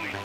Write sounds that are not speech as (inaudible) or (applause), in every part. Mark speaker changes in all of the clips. Speaker 1: This
Speaker 2: This
Speaker 1: is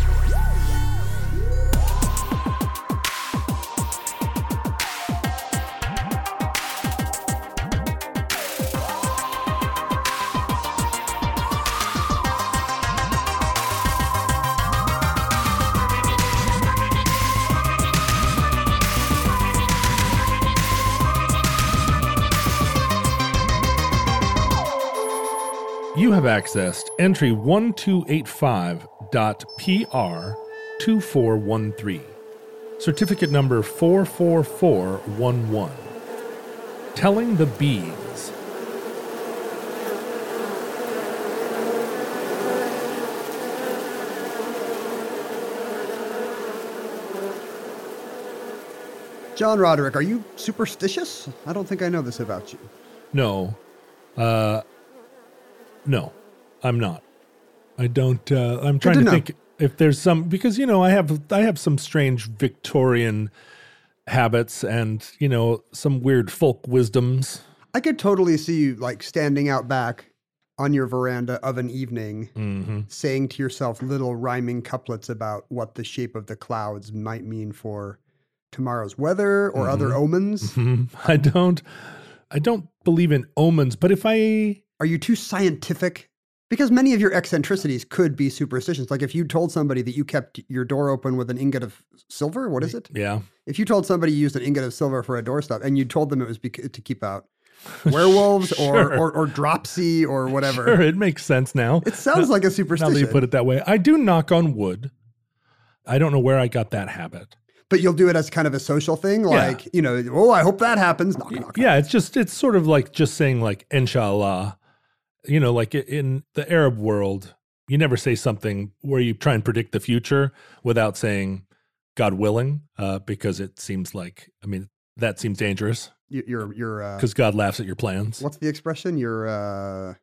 Speaker 3: You have accessed entry 1285.PR2413, certificate number 44411. Telling the Bees.
Speaker 4: John Roderick, are you superstitious? I don't think I know this about you.
Speaker 3: No. Uh no. I'm not. I don't uh I'm trying
Speaker 4: to
Speaker 3: to,
Speaker 4: know.
Speaker 3: think if there's some because you know I have I have some strange Victorian habits and you know some weird folk wisdoms.
Speaker 4: I could totally see you like standing out back on your veranda of an evening, saying to yourself little rhyming couplets about what the shape of the clouds might mean for tomorrow's weather or other omens.
Speaker 3: Hmm, (laughs) I don't I don't believe in omens, but if I
Speaker 4: Are you too scientific? Because many of your eccentricities could be superstitions. Like if you told somebody that you kept your door open with an ingot of silver, what is it?
Speaker 3: yeah, (laughs)
Speaker 4: If you told somebody you used an ingot of silver for a doorstop and you told them it was bec- to keep out werewolves or,
Speaker 3: Sure.
Speaker 4: or, or dropsy or whatever.
Speaker 3: sure, it makes sense now.
Speaker 4: It sounds like a
Speaker 3: now
Speaker 4: superstition.
Speaker 3: that you put it that way. I do knock on wood. I don't know where I got that habit.
Speaker 4: but you'll do it as kind of a social thing, like you know, oh, I hope that happens. Knock, knock.
Speaker 3: Yeah, it's just it's sort of like just saying like inshallah. You know, like i- in the Arab world, you never say something where you try and predict the future without saying God willing, uh, because it seems like I mean that seems dangerous
Speaker 4: You- You're you're uh,
Speaker 3: because God laughs at your plans.
Speaker 4: what's the expression? You're uh,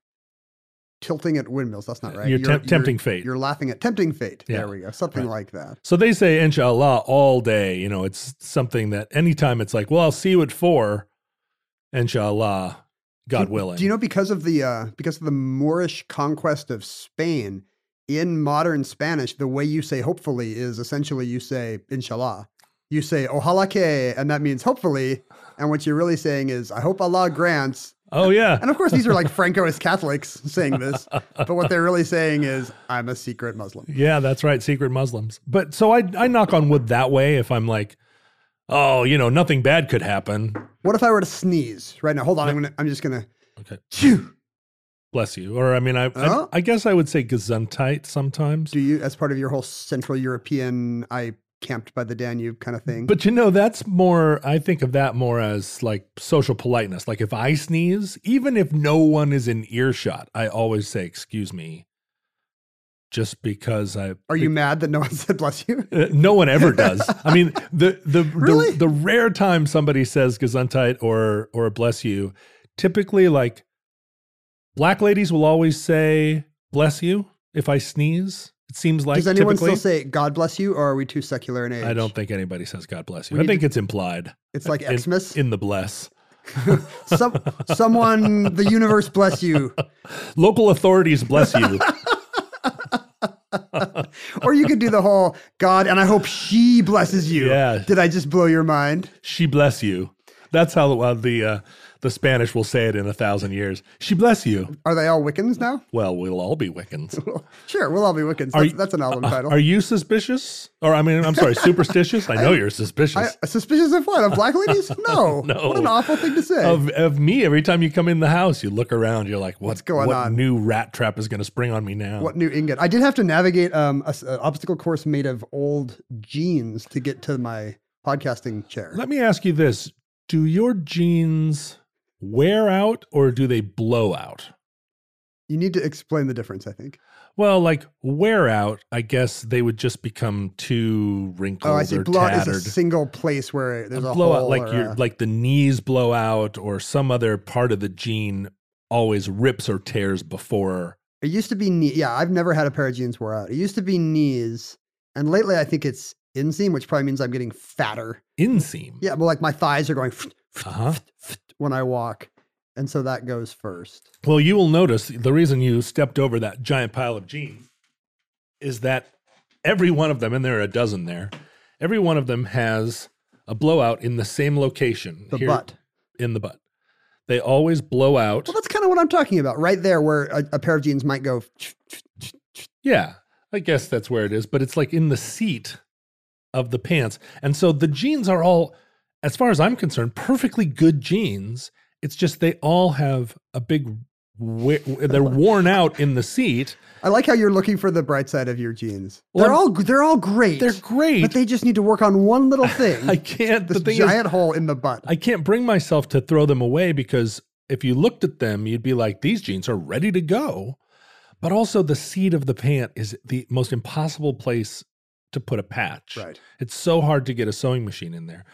Speaker 4: tilting at windmills. That's not right.
Speaker 3: You're temp- tempting fate.
Speaker 4: You're laughing at tempting fate.
Speaker 3: Yeah.
Speaker 4: There we go. Something like that.
Speaker 3: So they say inshallah all day. You know, it's something that anytime it's like, well, I'll see you at four, inshallah, God
Speaker 4: Do-
Speaker 3: willing.
Speaker 4: Do you know because of the uh, because of the Moorish conquest of Spain? In modern Spanish, the way you say hopefully is essentially you say inshallah. You say ojalá que, and that means hopefully. And what you're really saying is, I hope Allah grants
Speaker 3: Oh yeah.
Speaker 4: And of course, these are like Francoist Catholics saying this, but what they're really saying is, I'm a secret Muslim.
Speaker 3: Yeah, that's right. Secret Muslims. But so I, I knock on wood that way if I'm like, oh, you know, nothing bad could happen.
Speaker 4: What if I were to sneeze right now? Hold on, I'm gonna, I'm just gonna.
Speaker 3: Okay.
Speaker 4: Phew!
Speaker 3: Bless you. Or I mean, I,
Speaker 4: Huh?
Speaker 3: I, I guess I would say gesundheit sometimes.
Speaker 4: Do you, as part of your whole Central European, I camped by the Danube kind of thing?
Speaker 3: But you know, that's more, I think of that more as like social politeness. Like if I sneeze, even if no one is in earshot, I always say, excuse me, just because I.
Speaker 4: are
Speaker 3: (laughs)
Speaker 4: you mad that no one (laughs) said bless you?
Speaker 3: Uh, no one ever
Speaker 4: (laughs)
Speaker 3: does. I mean, the the,
Speaker 4: Really?
Speaker 3: the the rare time somebody says Gesundheit or or bless you, typically like black ladies will always say bless you if I sneeze. It seems like
Speaker 4: Does anyone
Speaker 3: typically.
Speaker 4: still say God bless you, or are we too secular in age?
Speaker 3: I don't think anybody says God bless you.
Speaker 4: We
Speaker 3: I
Speaker 4: need
Speaker 3: think it's implied.
Speaker 4: It's like
Speaker 3: in-
Speaker 4: Xmas.
Speaker 3: in, (laughs) the bless.
Speaker 4: Some, someone, the universe bless you,
Speaker 3: Local authorities bless you. (laughs)
Speaker 4: or you could do the whole God, and I hope she blesses you.
Speaker 3: Yeah.
Speaker 4: Did I just blow your mind?
Speaker 3: she bless you. That's how uh, the uh, the Spanish will say it in a thousand years. She bless you.
Speaker 4: Are they all Wiccans now?
Speaker 3: Well, we'll all be Wiccans.
Speaker 4: Sure, we'll all be Wiccans.
Speaker 3: Are
Speaker 4: That's,
Speaker 3: you- uh,
Speaker 4: that's an album title.
Speaker 3: Are you suspicious? Or I mean, I'm sorry, superstitious. I know you're
Speaker 4: I,
Speaker 3: suspicious
Speaker 4: Uh, suspicious of what? Of black
Speaker 3: (laughs)
Speaker 4: ladies? No.
Speaker 3: No.
Speaker 4: What an awful thing to say.
Speaker 3: of of me. Every time you come in the house, you look around. You're like, what,
Speaker 4: What's going
Speaker 3: what
Speaker 4: on?
Speaker 3: New rat trap is going to spring on me now.
Speaker 4: what new ingot? I did have to navigate um, a s- a obstacle course made of old jeans to get to my podcasting chair.
Speaker 3: Let me ask you this: Do your jeans wear out or do they blow out?
Speaker 4: You need to explain the difference, I think.
Speaker 3: Well, like wear out, I guess they would just become too wrinkled
Speaker 4: Oh, I see.
Speaker 3: or
Speaker 4: Blowout
Speaker 3: tattered.
Speaker 4: is a single place where there's a,
Speaker 3: blowout,
Speaker 4: hole
Speaker 3: like
Speaker 4: or uh,
Speaker 3: your
Speaker 4: a-
Speaker 3: like the knees blow out or some other part of the gene always rips or tears before.
Speaker 4: It used to be knee. Yeah, I've never had a pair of jeans wore out. It used to be knees, and lately I think it's inseam, which probably means I'm getting fatter.
Speaker 3: Inseam.
Speaker 4: Yeah, well, like my thighs are going
Speaker 3: Uh-huh.
Speaker 4: when I walk, and so that goes first.
Speaker 3: Well, you will notice the reason you stepped over that giant pile of jeans is that every one of them, and there are a dozen there, every one of them has a blowout in the same location.
Speaker 4: The
Speaker 3: here-
Speaker 4: butt.
Speaker 3: In the butt. They always blow out.
Speaker 4: Well, that's kind of what I'm talking about, right there, where a, a pair of jeans might go.
Speaker 3: Yeah, I guess that's where it is, but it's like in the seat of the pants. And so the jeans are all, as far as I'm concerned, perfectly good jeans. It's just they all have a big,
Speaker 4: (laughs)
Speaker 3: we- they're worn out in the seat.
Speaker 4: I like how you're looking for the bright side of your jeans.
Speaker 3: Well,
Speaker 4: they're
Speaker 3: I'm-
Speaker 4: all they're all great.
Speaker 3: They're great.
Speaker 4: but they just need to work on one little thing.
Speaker 3: (laughs) I can't,
Speaker 4: this
Speaker 3: the thing is,
Speaker 4: giant hole in the butt.
Speaker 3: I can't bring myself to throw them away because if you looked at them, you'd be like, these jeans are ready to go. But also, the seat of the pant is the most impossible place to put a patch.
Speaker 4: right.
Speaker 3: It's so hard to get a sewing machine in there.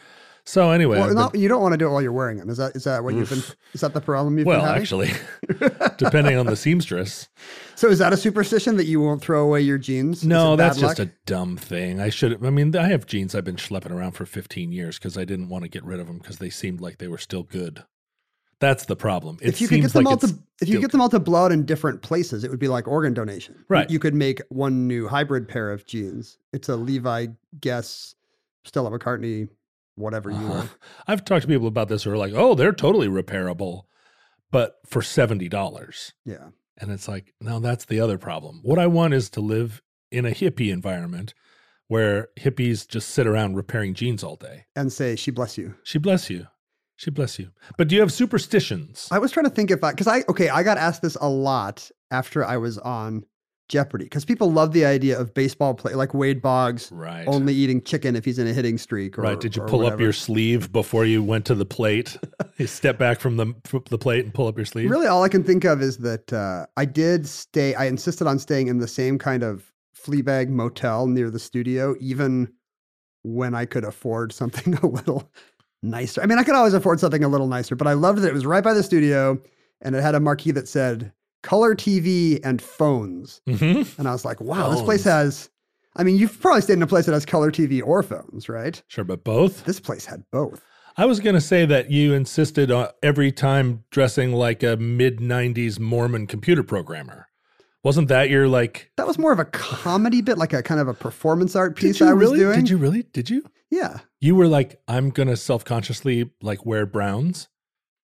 Speaker 3: So anyway,
Speaker 4: Well,
Speaker 3: I've
Speaker 4: not,
Speaker 3: been-
Speaker 4: you don't want to do it while you're wearing them. Is that is that what you've been? Is that the problem you've
Speaker 3: well,
Speaker 4: been having? (laughs)
Speaker 3: actually, depending on the seamstress.
Speaker 4: So is that a superstition that you won't throw away your jeans? Is
Speaker 3: No,
Speaker 4: it
Speaker 3: that's
Speaker 4: bad
Speaker 3: just
Speaker 4: luck?
Speaker 3: a dumb thing. I should. I mean, I have jeans I've been schlepping around for 15 years because I didn't want to get rid of them because they seemed like they were still good. That's the problem. It
Speaker 4: If you could get
Speaker 3: seems
Speaker 4: them
Speaker 3: like
Speaker 4: all to
Speaker 3: it's
Speaker 4: if you
Speaker 3: still
Speaker 4: get them all to blow out in different places, it would be like organ donation.
Speaker 3: Right.
Speaker 4: You could make one new hybrid pair of jeans. It's a Levi Guess, Stella McCartney, whatever you
Speaker 3: Uh-huh.
Speaker 4: want.
Speaker 3: I've talked to people about this who are like, oh, they're totally repairable, but for $70.
Speaker 4: Yeah.
Speaker 3: And it's like, no, that's the other problem. What I want is to live in a hippie environment where hippies just sit around repairing jeans all day.
Speaker 4: And say, she bless you.
Speaker 3: She bless you. She bless you. But do you have superstitions?
Speaker 4: I was trying to think if I, because I, okay, I got asked this a lot after I was on Jeopardy, because people love the idea of baseball play, like Wade Boggs
Speaker 3: right.
Speaker 4: only eating chicken if he's in a hitting streak. Or,
Speaker 3: right. Did you
Speaker 4: or
Speaker 3: pull up
Speaker 4: whatever.
Speaker 3: your sleeve before you went to
Speaker 4: (laughs)
Speaker 3: the plate? you step back from the, from the plate and pull up your sleeve?
Speaker 4: Really, all I can think of is that uh, I did stay. I insisted on staying in the same kind of Fleabag motel near the studio, even when I could afford something (laughs) a little nicer. I mean, I could always afford something a little nicer, but I loved that it was right by the studio, and it had a marquee that said "color TV and phones,"
Speaker 3: hmm
Speaker 4: and I was like, "Wow, this
Speaker 3: Phones.
Speaker 4: place has." I mean, you've probably stayed in a place that has color TV or phones, right?
Speaker 3: Sure, but both?
Speaker 4: This place had both.
Speaker 3: I was going to say that you insisted on every time dressing like a mid 90s Mormon computer programmer. Wasn't that your like
Speaker 4: That was more of a comedy bit, like a kind of a performance art
Speaker 3: did
Speaker 4: piece
Speaker 3: you
Speaker 4: I was
Speaker 3: really?
Speaker 4: doing.
Speaker 3: Did you really? Did you?
Speaker 4: Yeah.
Speaker 3: You were like, I'm going to self consciously like wear browns.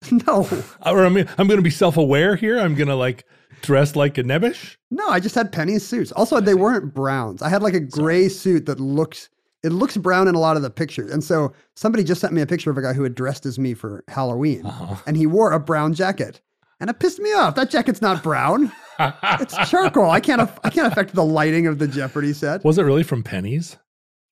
Speaker 3: (laughs)
Speaker 4: No,
Speaker 3: Or I mean, I'm going to be self aware here. I'm going to like dress like a nebbish.
Speaker 4: no, I just had penny suits. Also, they weren't browns. I had like a gray suit that looks it looks brown in a lot of the pictures. And so somebody just sent me a picture of a guy who had dressed as me for Halloween,
Speaker 3: Uh-huh.
Speaker 4: and he wore a brown jacket. And it pissed me off. That jacket's not brown.
Speaker 3: (laughs)
Speaker 4: it's charcoal. I can't. aff- I can't affect the lighting of the Jeopardy set.
Speaker 3: Was it really from pennies?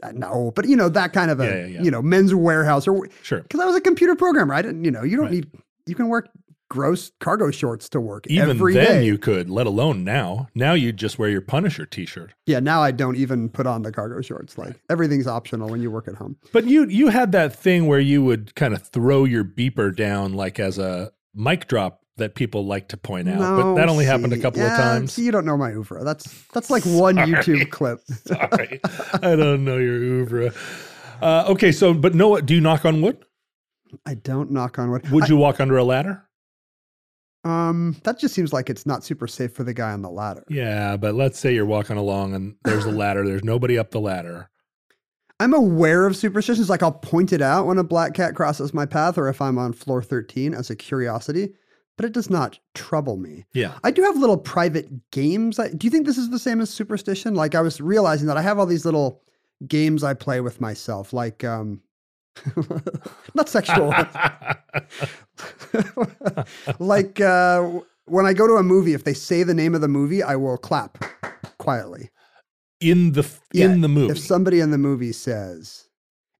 Speaker 4: Uh, no, but you know that kind of a
Speaker 3: Yeah, yeah, yeah.
Speaker 4: you know men's warehouse or
Speaker 3: Sure.
Speaker 4: because I was a computer programmer. I didn't. You know, you don't
Speaker 3: Right.
Speaker 4: need. You can wear gross cargo shorts to work
Speaker 3: Even
Speaker 4: every
Speaker 3: then
Speaker 4: day.
Speaker 3: you could, let alone now. Now you just wear your Punisher t shirt.
Speaker 4: Yeah, now I don't even put on the cargo shorts. Like everything's optional when you work at home.
Speaker 3: But you you had that thing where you would kind of throw your beeper down like as a mic drop that people like to point out. but
Speaker 4: No,
Speaker 3: that only happened a
Speaker 4: see,
Speaker 3: couple of
Speaker 4: yeah,
Speaker 3: times.
Speaker 4: see, you don't know my oeuvre. That's that's like one
Speaker 3: (laughs)
Speaker 4: YouTube clip.
Speaker 3: Sorry. (laughs) I don't know your oeuvre. Uh, okay, so but no do you knock on wood?
Speaker 4: I don't knock on wood.
Speaker 3: Would you walk under a ladder?
Speaker 4: Um, that just seems like it's not super safe for the guy on the ladder. (laughs)
Speaker 3: Yeah, but let's say you're walking along and there's a ladder, there's nobody up the ladder.
Speaker 4: I'm aware of superstitions. Like I'll point it out when a black cat crosses my path or if I'm on floor 13 as a curiosity, but it does not trouble me.
Speaker 3: Yeah.
Speaker 4: I do have little private games. I, do you think this is the same as superstition? Like I was realizing that I have all these little games I play with myself, like um (laughs) not
Speaker 3: (laughs)
Speaker 4: sexual ones. like uh, when I go to a movie, if they say the name of the movie, I will clap quietly.
Speaker 3: (laughs) in the f in
Speaker 4: Yeah,
Speaker 3: the movie.
Speaker 4: If somebody in the movie says,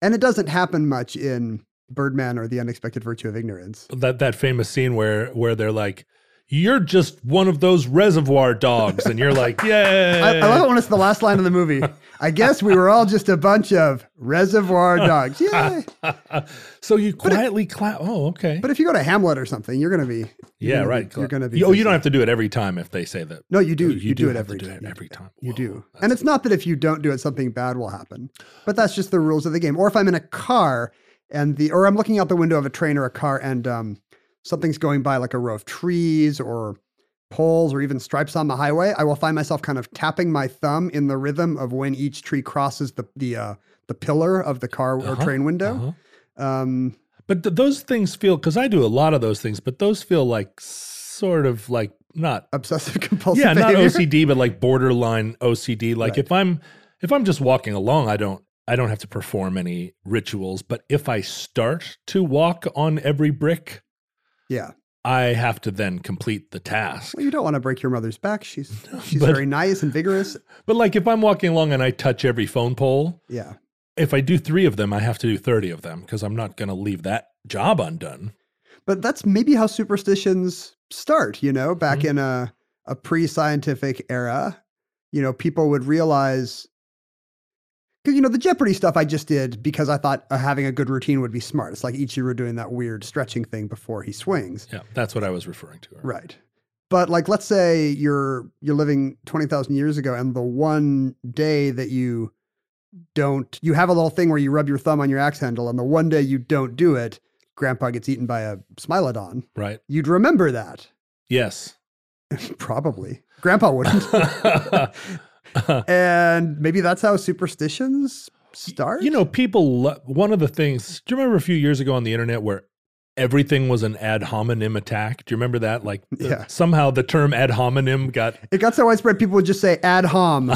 Speaker 4: and it doesn't happen much in Birdman or The Unexpected Virtue of Ignorance.
Speaker 3: that that famous scene where where they're like, "You're just one of those reservoir dogs," and you're like, "Yeah."
Speaker 4: (laughs) I, I love it when it's the last line of the movie. I guess we were all just a bunch of reservoir dogs. Yeah.
Speaker 3: (laughs) so you quietly clap. Oh, okay.
Speaker 4: But if you go to Hamlet or something, you're going to be. you're
Speaker 3: yeah,
Speaker 4: gonna be-
Speaker 3: right.
Speaker 4: you're going to be.
Speaker 3: Oh, you don't
Speaker 4: busy.
Speaker 3: have to do it every time if they say that.
Speaker 4: No, you do.
Speaker 3: You-
Speaker 4: You,
Speaker 3: you do
Speaker 4: do, it
Speaker 3: have to
Speaker 4: every
Speaker 3: do it
Speaker 4: time. You
Speaker 3: every time.
Speaker 4: You
Speaker 3: Whoa,
Speaker 4: do. And it's not that if you don't do it, something bad will happen. But that's just the rules of the game. Or if I'm in a car and the, or I'm looking out the window of a train or a car and um, something's going by like a row of trees or poles or even stripes on the highway, I will find myself kind of tapping my thumb in the rhythm of when each tree crosses the, the, uh, the pillar of the car or
Speaker 3: Uh-huh,
Speaker 4: train window. Um,
Speaker 3: But th- those things feel because I do a lot of those things, but those feel like sort of like not
Speaker 4: obsessive (laughs) compulsive
Speaker 3: yeah, not
Speaker 4: behavior.
Speaker 3: OCD, but like borderline OCD. Like if I'm if I'm just walking along, I don't I don't have to perform any rituals. But if I start to walk on every brick,
Speaker 4: Yeah.
Speaker 3: I have to then complete the task.
Speaker 4: Well, you don't want to break your mother's back. She's, she's
Speaker 3: but-
Speaker 4: very nice and vigorous.
Speaker 3: But like if I'm walking along and I touch every phone pole,
Speaker 4: Yeah.
Speaker 3: if I do three of them, I have to do thirty of them because I'm not going to leave that job undone.
Speaker 4: but that's maybe how superstitions start you know back in a, a pre-scientific era you know people would realize because you know the jeopardy stuff i just did because i thought uh, having a good routine would be smart it's like ichiro doing that weird stretching thing before he swings
Speaker 3: Yeah, that's what I was referring to.
Speaker 4: right but like let's say you're you're living 20000 years ago and the one day that you don't you have a little thing where you rub your thumb on your axe handle and the one day you don't do it grandpa gets eaten by a smilodon
Speaker 3: Right.
Speaker 4: you'd remember that. (laughs)
Speaker 3: Yes.
Speaker 4: Probably. Grandpa wouldn't.
Speaker 3: (laughs)
Speaker 4: and maybe that's how superstitions start.
Speaker 3: You know, people. Lo- one of the things. Do you remember a few years ago on the internet where everything was an ad hominem attack? Do you remember that? Like, the-
Speaker 4: Yeah.
Speaker 3: somehow the term ad hominem got (laughs)
Speaker 4: it got so widespread, people would just say ad hom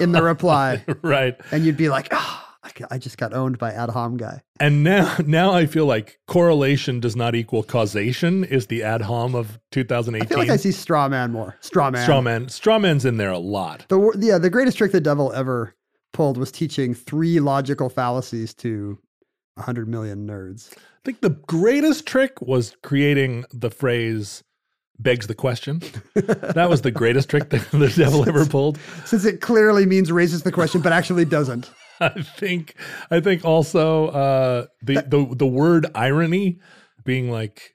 Speaker 4: in the
Speaker 3: (laughs)
Speaker 4: reply.
Speaker 3: right,
Speaker 4: And you'd be like, oh, I ca- I just got owned by ad hom guy.
Speaker 3: and now now I feel like correlation does not equal causation is the ad hom of
Speaker 4: I
Speaker 3: 2018.
Speaker 4: feel like I see straw man more. Straw man.
Speaker 3: straw man, straw man's in there a lot.
Speaker 4: The, wor- yeah, the greatest trick the devil ever pulled was teaching three logical fallacies to 100 million nerds.
Speaker 3: I think the greatest trick was creating the phrase "begs the question." that was the greatest trick that the devil ever pulled.
Speaker 4: Since it clearly means raises the question, but actually doesn't.
Speaker 3: I think I think also uh, the the the word irony being like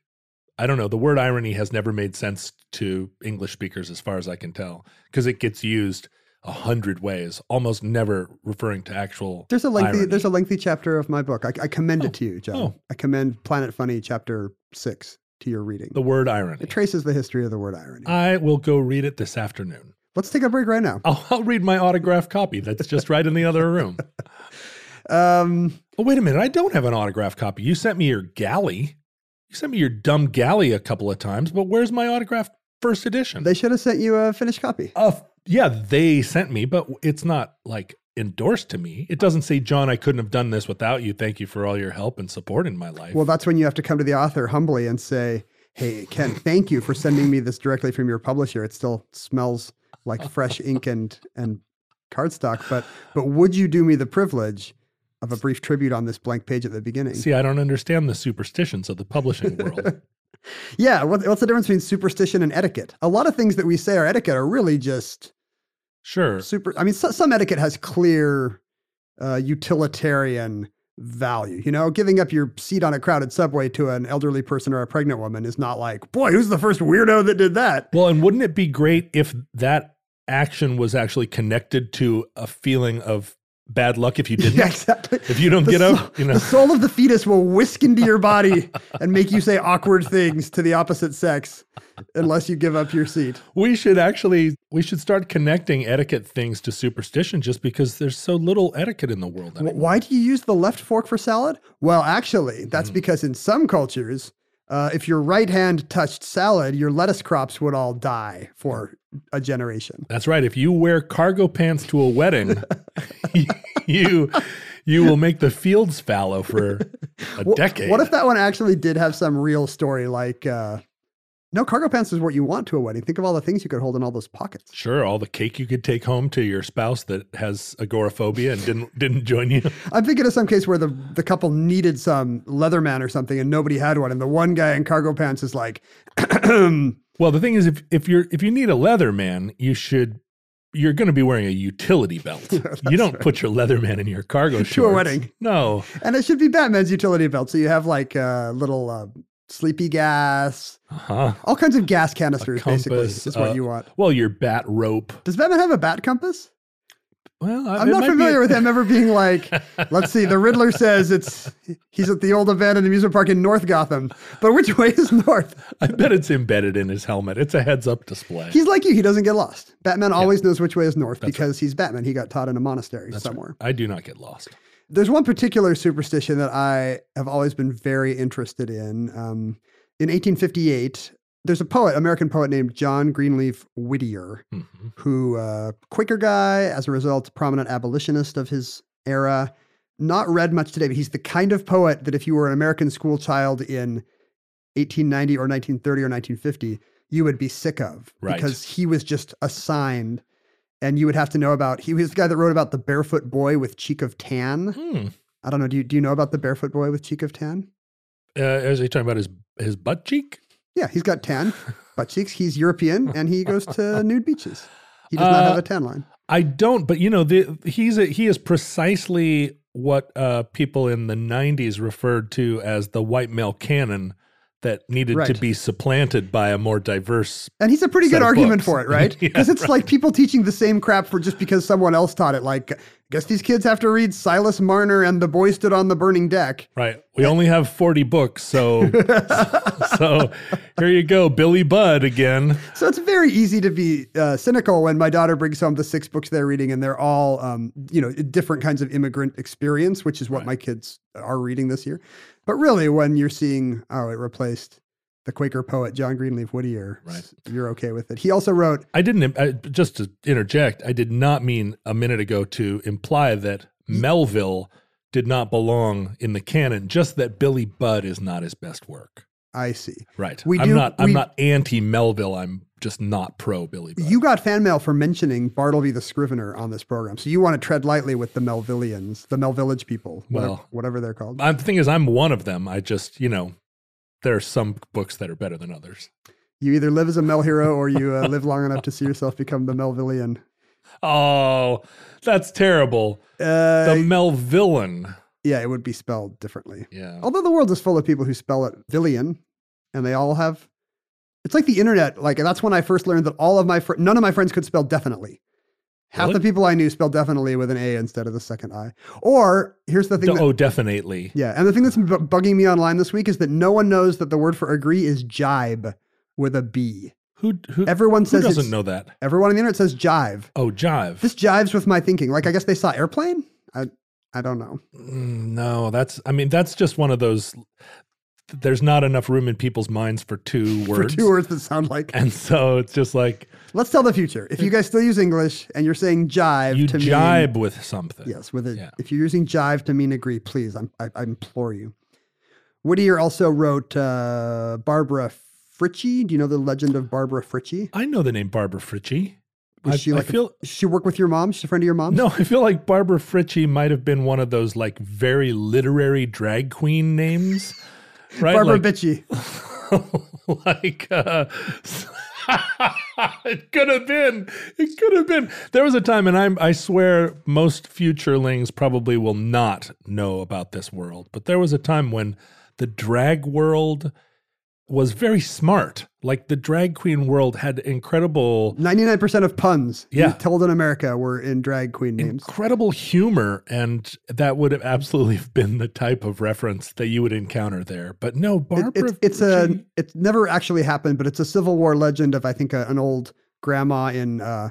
Speaker 3: I don't know the word irony has never made sense to English speakers as far as I can tell because it gets used a hundred ways, almost never referring to actual.
Speaker 4: There's a lengthy
Speaker 3: irony.
Speaker 4: there's a lengthy chapter of my book. I, I commend it to you, John.
Speaker 3: oh.
Speaker 4: I commend Planet Funny chapter six to your reading.
Speaker 3: the word irony.
Speaker 4: it traces the history of the word irony.
Speaker 3: I will go read it this afternoon.
Speaker 4: Let's take a break right now.
Speaker 3: I'll, I'll read my autograph copy that's just right in the other room.
Speaker 4: Um,
Speaker 3: Oh wait a minute, I don't have an autograph copy. You sent me your galley. You sent me your dumb galley a couple of times, but where's my autograph first edition?
Speaker 4: they should have sent you a finished copy.
Speaker 3: Uh, yeah, they sent me, but it's not like endorsed to me. It doesn't say, John, I couldn't have done this without you. Thank you for all your help and support in my life.
Speaker 4: Well, that's when you have to come to the author humbly and say, "Hey, Ken, thank you for sending me this directly from your publisher. It still smells like fresh ink and and cardstock, but but would you do me the privilege of a brief tribute on this blank page at the beginning?"
Speaker 3: See, I don't understand the superstitions of
Speaker 4: (laughs)
Speaker 3: the publishing world.
Speaker 4: Yeah, what, what's the difference between superstition and etiquette? A lot of things that we say are etiquette are really just
Speaker 3: sure.
Speaker 4: super. I mean, so, some etiquette has clear uh, utilitarian value. You know, giving up your seat on a crowded subway to an elderly person or a pregnant woman is not like, boy, who's the first weirdo that did
Speaker 3: (laughs)
Speaker 4: that?
Speaker 3: Well, and wouldn't it be great if that action was actually connected to a feeling of bad luck
Speaker 4: (laughs)
Speaker 3: if you didn't.
Speaker 4: Yeah, exactly.
Speaker 3: If you don't
Speaker 4: The
Speaker 3: get
Speaker 4: soul-
Speaker 3: up, you know.
Speaker 4: the soul of the fetus will whisk into your body and make you say awkward things to the opposite sex unless you give up your seat.
Speaker 3: We should actually we should start connecting etiquette things to superstition just because there's so little etiquette in the world.
Speaker 4: Wh- Why do you use the left fork for salad? Well, actually, that's because in some cultures, uh, if your right hand touched salad, your lettuce crops would all die for a generation.
Speaker 3: That's right. If you wear cargo pants to a
Speaker 4: (laughs)
Speaker 3: wedding, you you will make the fields fallow for a
Speaker 4: Wh-
Speaker 3: decade.
Speaker 4: What if that one actually did have some real story? Like, uh, no, cargo pants is what you want to a wedding. Think of all the things you could hold in all those pockets.
Speaker 3: Sure, all the cake you could take home to your spouse that has agoraphobia and didn't didn't join you.
Speaker 4: I'm thinking of some case where the, the couple needed some Leatherman or something and nobody had one. And the one guy in cargo pants is like, (clears throat)
Speaker 3: Well, the thing is, if if you're if you need a leather man, you should you're going to be wearing a
Speaker 4: (laughs)
Speaker 3: utility belt. you don't put your leather man in your cargo shorts
Speaker 4: To a wedding.
Speaker 3: No,
Speaker 4: and it should be Batman's utility belt. So you have like uh, little uh, sleepy gas,
Speaker 3: huh?
Speaker 4: all kinds of gas canisters, basically,
Speaker 3: Compass
Speaker 4: is what
Speaker 3: uh,
Speaker 4: you want.
Speaker 3: Well, your bat rope.
Speaker 4: Does Batman have a bat compass?
Speaker 3: Well,
Speaker 4: I'm not familiar with him ever being
Speaker 3: (laughs)
Speaker 4: like, let's see, the Riddler says it's he's at the old abandoned amusement park in North Gotham. But which way is north?
Speaker 3: I bet it's embedded in his helmet. It's a heads up display.
Speaker 4: He's like you, he doesn't get lost. Batman always knows which way is north
Speaker 3: That's
Speaker 4: because he's Batman. He got taught in a monastery somewhere.
Speaker 3: I do not get lost.
Speaker 4: There's one particular superstition that I have always been very interested in. Um, in 1858, there's a poet, American poet named John Greenleaf Whittier,
Speaker 3: Mhm.
Speaker 4: who uh, Quaker guy, as a result, prominent abolitionist of his era. Not read much today, but he's the kind of poet that if you were an American school child in 1890 or 1930 or 1950, you would be sick of
Speaker 3: Right.
Speaker 4: because he was just assigned, and you would have to know about. He was the guy that wrote about the barefoot boy with cheek of tan.
Speaker 3: Hmm.
Speaker 4: I don't know. Do you do you know about the barefoot boy with cheek of tan?
Speaker 3: Uh, is he talking about his his butt cheek?
Speaker 4: Yeah, he's got tan, butt cheeks. He's
Speaker 3: (laughs)
Speaker 4: European, and he goes to nude beaches. He does not
Speaker 3: Uh,
Speaker 4: have a tan line.
Speaker 3: I don't, but you know, the, he's a, he is precisely what uh, people in the '90s referred to as the white male canon that needed to
Speaker 4: Right.
Speaker 3: be supplanted by a more diverse.
Speaker 4: And he's a pretty
Speaker 3: set
Speaker 4: good
Speaker 3: of
Speaker 4: argument
Speaker 3: books.
Speaker 4: for
Speaker 3: (laughs)
Speaker 4: it, right?
Speaker 3: Yeah,
Speaker 4: Because it's like people teaching the same crap for just because someone else taught it. Like, I guess these kids have to read Silas Marner and The Boy Stood on the Burning Deck.
Speaker 3: Right. We only have 40
Speaker 4: (laughs)
Speaker 3: books, so so here you go, Billy Budd again.
Speaker 4: So it's very easy to be uh, cynical when my daughter brings home the six books they're reading, and they're all, um, you know, different kinds of immigrant experience, which is what my kids are reading this year. But really, when you're seeing, oh, it replaced the Quaker poet John Greenleaf Whittier,
Speaker 3: Right.
Speaker 4: you're okay with it. He also wrote
Speaker 3: I didn't I, just to interject. I did not mean a minute ago to imply that Melville did not belong in the canon. Just that Billy Budd is not his best work.
Speaker 4: I see.
Speaker 3: Right.
Speaker 4: We
Speaker 3: I'm
Speaker 4: do-
Speaker 3: not. I'm
Speaker 4: we-
Speaker 3: not anti Melville. I'm just not pro Billy Budd.
Speaker 4: You got fan mail for mentioning Bartleby the Scrivener on this program, so you want to tread lightly with the Melvillians, the Melvillage people, whatever,
Speaker 3: Well,
Speaker 4: whatever they're called.
Speaker 3: I, the thing is, I'm one of them. I just you know, there are some books that are better than others.
Speaker 4: You either live as a Mel hero or you uh, live long enough to see yourself become the Melvillian.
Speaker 3: Oh, that's terrible.
Speaker 4: Uh,
Speaker 3: The Melvillian.
Speaker 4: yeah, it would be spelled differently.
Speaker 3: Yeah.
Speaker 4: Although the world is full of people who spell it Villian, and they all have. It's like the internet. Like that's when I first learned that all of my fr- none of my friends could spell definitely. Half
Speaker 3: Really?
Speaker 4: the people I knew spelled definitely with an A instead of the second I. Or here's the thing. that-
Speaker 3: oh, definitely.
Speaker 4: Yeah, and the thing that's bu- bugging me online this week is that no one knows that the word for agree is jibe with a B.
Speaker 3: Who who,
Speaker 4: Everyone
Speaker 3: who
Speaker 4: says it's-
Speaker 3: doesn't know that?
Speaker 4: Everyone on the internet says jive.
Speaker 3: Oh, jive.
Speaker 4: This jives with my thinking. Like I guess they saw airplane. I I don't know. (laughs)
Speaker 3: Mm, No, that's. I mean, that's just one of those. There's not enough room in people's minds for
Speaker 4: (laughs)
Speaker 3: two
Speaker 4: For
Speaker 3: words,
Speaker 4: two words that sound like.
Speaker 3: (laughs) and so it's just like
Speaker 4: Let's tell the future. If you guys still use English and you're saying jive
Speaker 3: you
Speaker 4: to
Speaker 3: jibe with something.
Speaker 4: mean yes with it.
Speaker 3: Yeah.
Speaker 4: If you're using jive to mean agree, please, I'm, I, I implore you. Whittier also wrote uh, Barbara Fritchie. Do you know the legend of Barbara Fritchie?
Speaker 3: I know the name Barbara Fritchie.
Speaker 4: Was
Speaker 3: I,
Speaker 4: she
Speaker 3: I
Speaker 4: like a-
Speaker 3: feel (laughs)
Speaker 4: She worked with your mom. She's a friend of your mom's.
Speaker 3: no, I feel like Barbara Fritchie might have been one of those like very literary drag queen names, right?
Speaker 4: Barbara
Speaker 3: like, (laughs)
Speaker 4: Bitchy.
Speaker 3: like uh, (laughs) it could have been it could have been there was a time and i'm i swear most futurelings probably will not know about this world but there was a time when the drag world was very smart. Like the drag queen world had incredible,
Speaker 4: 99% of puns
Speaker 3: Yeah.
Speaker 4: told in America were in drag queen names.
Speaker 3: incredible humor, and that would have absolutely (laughs) been the type of reference that you would encounter there. But no, Barbara.
Speaker 4: It- it's it's a
Speaker 3: Ritchie-
Speaker 4: it's never actually happened, but it's a Civil War legend of I think a, an old grandma in uh,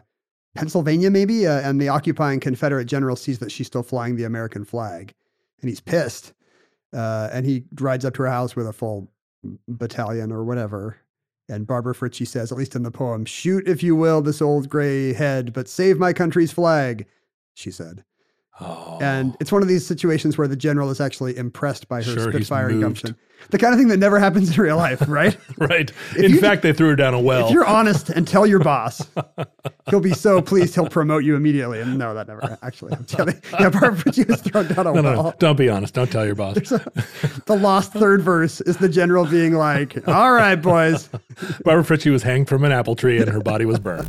Speaker 4: Pennsylvania, maybe, uh, and the occupying Confederate general sees that she's still flying the American flag, and he's pissed, uh, and he rides up to her house with a full battalion or whatever. And Barbara Fritchie says, at least in the poem, "Shoot if you will this old gray head, but save my country's flag," she said.
Speaker 3: Oh.
Speaker 4: And it's one of these situations where the general is actually impressed by her
Speaker 3: Sure, he's
Speaker 4: spitfire and
Speaker 3: moved.
Speaker 4: gumption. The kind of thing that never (laughs) happens in real life, right?
Speaker 3: Oh, right. In
Speaker 4: you-
Speaker 3: fact, they threw her down a (laughs) well.
Speaker 4: If you're honest and tell your boss, he'll be so pleased he'll promote you immediately. And no, that never (laughs) ha- actually. I'm telling- yeah, Barbara (laughs) Jew is thrown down a
Speaker 3: no, no,
Speaker 4: wall. (laughs)
Speaker 3: no, don't be honest. Don't tell your (laughs) boss.
Speaker 4: The lost third verse is the general being like, "All right, boys,
Speaker 3: Barbara Fritchie was hanged from an apple tree and her body was burned.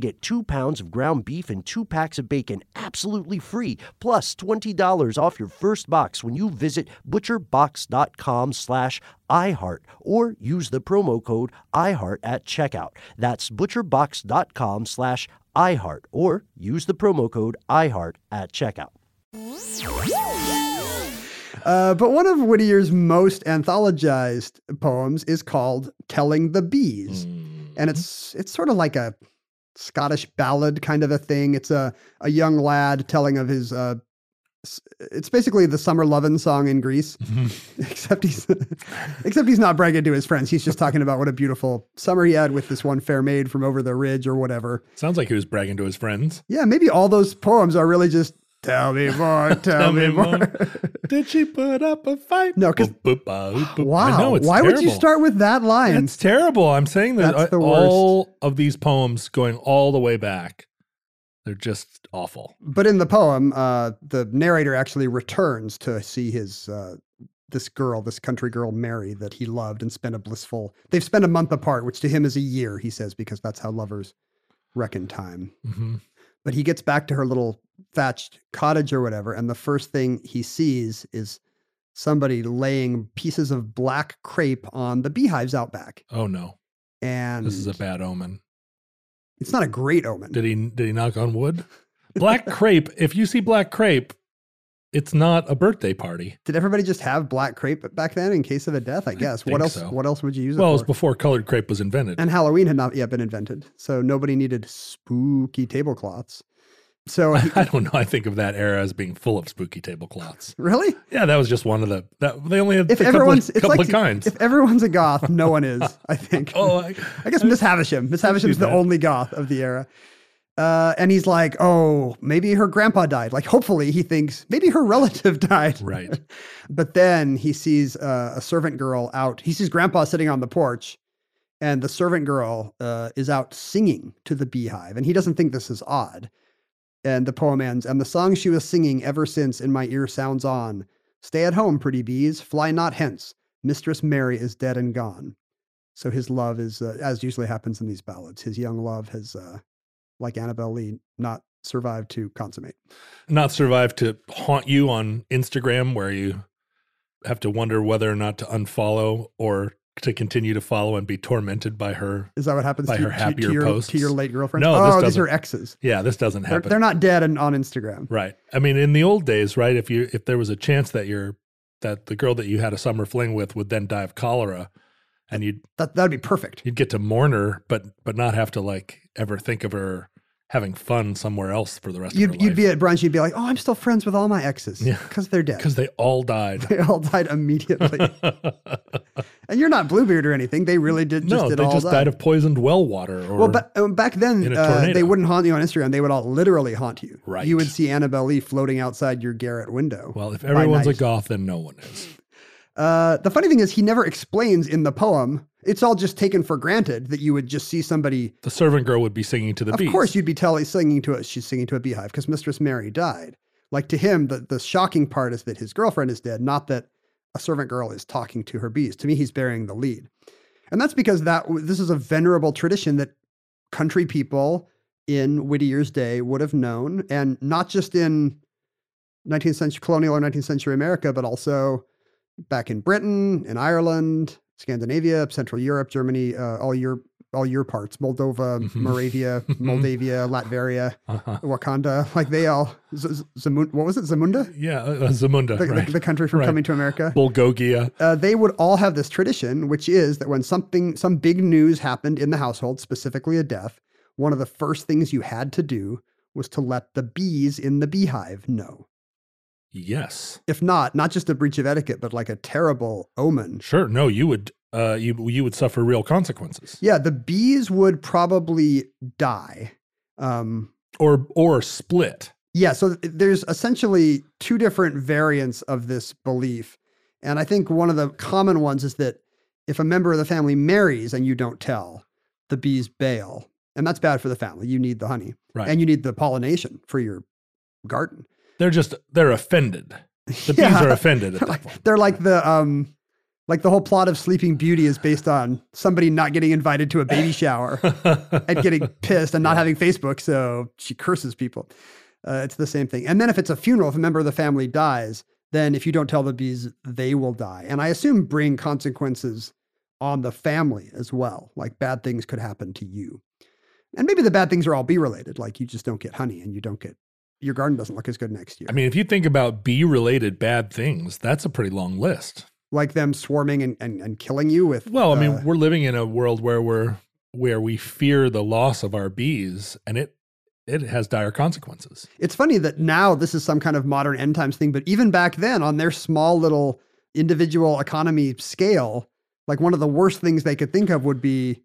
Speaker 5: get two pounds of ground beef and two packs of bacon absolutely free, plus $20 off your first box when you visit butcherbox.com slash iHeart or use the promo code iHeart at checkout. That's butcherbox.com slash iHeart or use the promo code iHeart at checkout.
Speaker 4: Uh, but one of Whittier's most anthologized poems is called "Telling the Bees," and it's it's sort of like a Scottish ballad kind of a thing. It's a a young lad telling of his. Uh, s- it's basically the summer lovin' song in (laughs) Greece, except he's except he's not bragging to his friends. He's just talking about what a beautiful summer he had with this one fair maid from over the ridge or whatever.
Speaker 3: Sounds like he was bragging to his friends.
Speaker 4: Yeah, maybe all those poems are really just tell me more, (laughs) tell, me more.
Speaker 3: Did she put up a fight?
Speaker 4: No, 'cause-
Speaker 3: Boop, boop, ah, boop, boop. I
Speaker 4: Wow.
Speaker 3: know, it's
Speaker 4: Why would you
Speaker 3: terrible.
Speaker 4: start with that line?
Speaker 3: It's terrible. I'm saying that
Speaker 4: That's the
Speaker 3: uh, all of these poems going all the way back, they're just awful.
Speaker 4: but in the poem, uh, the narrator actually returns to see his uh, this girl, this country girl Mary that he loved and spent a blissful. They've spent a month apart, which to him is a year, he says, because that's how lovers reckon time.
Speaker 3: hmm
Speaker 4: But he gets back to her little thatched cottage or whatever, and the first thing he sees is somebody laying pieces of black crepe on the beehives out back.
Speaker 3: Oh no,
Speaker 4: And
Speaker 3: this is a bad omen.
Speaker 4: it's not a great omen.
Speaker 3: Did he? Did he knock on wood? Black crepe. If you see black crepe, it's not a birthday party.
Speaker 4: Did everybody just have black crepe back then in case of a death? I guess.
Speaker 3: think
Speaker 4: what else?
Speaker 3: so.
Speaker 4: What else would you use
Speaker 3: Well, it
Speaker 4: it
Speaker 3: was
Speaker 4: for?
Speaker 3: before colored crepe was invented.
Speaker 4: and Halloween had not yet been invented, so nobody needed spooky tablecloths.
Speaker 3: (laughs)
Speaker 4: So (laughs) he-
Speaker 3: I don't know. I think of that era as being full of spooky tablecloths.
Speaker 4: really,
Speaker 3: Yeah, that was just one of the. That, they only had
Speaker 4: if
Speaker 3: a couple,
Speaker 4: everyone's
Speaker 3: of,
Speaker 4: it's
Speaker 3: couple
Speaker 4: like
Speaker 3: of kinds.
Speaker 4: if everyone's a goth, no one is. I think.
Speaker 3: (laughs) oh, I,
Speaker 4: I guess Miss Havisham. Miss Havisham's the
Speaker 3: that.
Speaker 4: only goth of the era. Uh, and he's like, oh, maybe her grandpa died. Like, hopefully, he thinks maybe her relative (laughs) died.
Speaker 3: right.
Speaker 4: But then he sees uh, a servant girl out. He sees grandpa sitting on the porch, and the servant girl uh, is out singing to the beehive. And he doesn't think this is odd. And the poem ends And the song she was singing ever since in my ear sounds on Stay at home, pretty bees, fly not hence. Mistress Mary is dead and gone. So his love is, uh, as usually happens in these ballads, his young love has, uh, like Annabelle Lee, not survived to consummate.
Speaker 3: (laughs) Not survive to haunt you on Instagram, where you have to wonder whether or not to unfollow or to continue to follow and be tormented by her.
Speaker 4: Is that what happens
Speaker 3: By
Speaker 4: to,
Speaker 3: her
Speaker 4: to-
Speaker 3: happier
Speaker 4: to, your,
Speaker 3: posts?
Speaker 4: to your late girlfriend?
Speaker 3: No, this
Speaker 4: oh, these
Speaker 3: doesn't.
Speaker 4: are exes.
Speaker 3: Yeah, this doesn't
Speaker 4: They're,
Speaker 3: happen.
Speaker 4: they're not dead and on Instagram.
Speaker 3: Right. I mean, in the old days, right? If you if there was a chance that your that the girl that you had a summer fling with would then die of cholera, and you'd
Speaker 4: That that'd be perfect.
Speaker 3: you'd get to mourn her, but but not have to like ever think of her having fun somewhere else for the rest of
Speaker 4: You'd,
Speaker 3: their
Speaker 4: you'd
Speaker 3: life.
Speaker 4: be at brunch, you'd be like, oh, I'm still friends with all my exes.
Speaker 3: Yeah.
Speaker 4: Because they're dead.
Speaker 3: because they all
Speaker 4: (laughs)
Speaker 3: died.
Speaker 4: they all died
Speaker 3: (laughs)
Speaker 4: immediately. and you're not Bluebeard or anything. They really did just
Speaker 3: no,
Speaker 4: it
Speaker 3: they
Speaker 4: all
Speaker 3: just
Speaker 4: die.
Speaker 3: died of poisoned well water. Or,
Speaker 4: Well, but um, back then,
Speaker 3: in a
Speaker 4: uh, they
Speaker 3: tornado.
Speaker 4: wouldn't haunt you on Instagram. They would all literally haunt you.
Speaker 3: Right.
Speaker 4: You would see Annabelle Lee floating outside your garret window.
Speaker 3: well, if
Speaker 4: by
Speaker 3: everyone's a
Speaker 4: night.
Speaker 3: goth, then no one is.
Speaker 4: Uh, the funny thing is, he never explains in the poem. It's all just taken for granted that you would just see somebody.
Speaker 3: The servant girl would be singing to the
Speaker 4: Of
Speaker 3: bees.
Speaker 4: course, you'd be telling singing to a she's singing to a beehive because Mistress Mary died. Like to him, the the shocking part is that his girlfriend is dead, not that a servant girl is talking to her bees. To me, he's burying the lead, and that's because that w- this is a venerable tradition that country people in Whittier's day would have known, and not just in 19th century colonial or 19th century America, but also back in Britain, in Ireland, Scandinavia, Central Europe, Germany, uh, all your all your parts, Moldova,
Speaker 3: Mhm. (laughs)
Speaker 4: Moravia, Moldavia, Latveria,
Speaker 3: Uh-huh.
Speaker 4: Wakanda, like they all. Z- Z- Zamun- what was it, Zamunda?
Speaker 3: Yeah, uh, Zamunda,
Speaker 4: The, the-
Speaker 3: right?
Speaker 4: the, country from
Speaker 3: Right.
Speaker 4: coming to America.
Speaker 3: Bulgogia.
Speaker 4: Uh, they would all have this tradition, which is that when something, some big news happened in the household, specifically a death, one of the first things you had to do was to let the bees in the beehive know.
Speaker 3: Yes.
Speaker 4: If not, not just a breach of etiquette, but like a terrible omen.
Speaker 3: Sure. No, you would uh you you would suffer real consequences.
Speaker 4: Yeah, the bees would probably die. Um,
Speaker 3: Or or split.
Speaker 4: yeah, so th- there's essentially two different variants of this belief. And I think one of the common ones is that if a member of the family marries and you don't tell, the bees bail. And that's bad for the family. You need the honey
Speaker 3: Right.
Speaker 4: and you need the pollination for your garden. (laughs)
Speaker 3: they're just they're offended. The
Speaker 4: Yeah. (laughs)
Speaker 3: bees are offended at that point.
Speaker 4: They're like the um like the whole plot of Sleeping Beauty is based on somebody not getting invited to a baby shower.
Speaker 3: (laughs)
Speaker 4: and getting pissed and not having Facebook. So she curses people. Uh, it's the same thing. And then if it's a funeral, if a member of the family dies, then if you don't tell the bees, they will die. And I assume bring consequences on the family as well. Like bad things could happen to you. And maybe the bad things are all bee related. Like you just don't get honey and you don't get, your garden doesn't look as good next year.
Speaker 3: I mean, if you think about bee related bad things, that's a pretty long list.
Speaker 4: like them swarming and, and, and killing you with.
Speaker 3: Well, I mean,
Speaker 4: uh,
Speaker 3: we're living in a world where we're where we fear the loss of our bees and it it has dire consequences.
Speaker 4: It's funny that now this is some kind of modern end times thing, but even back then, on their small little individual economy scale, like one of the worst things they could think of would be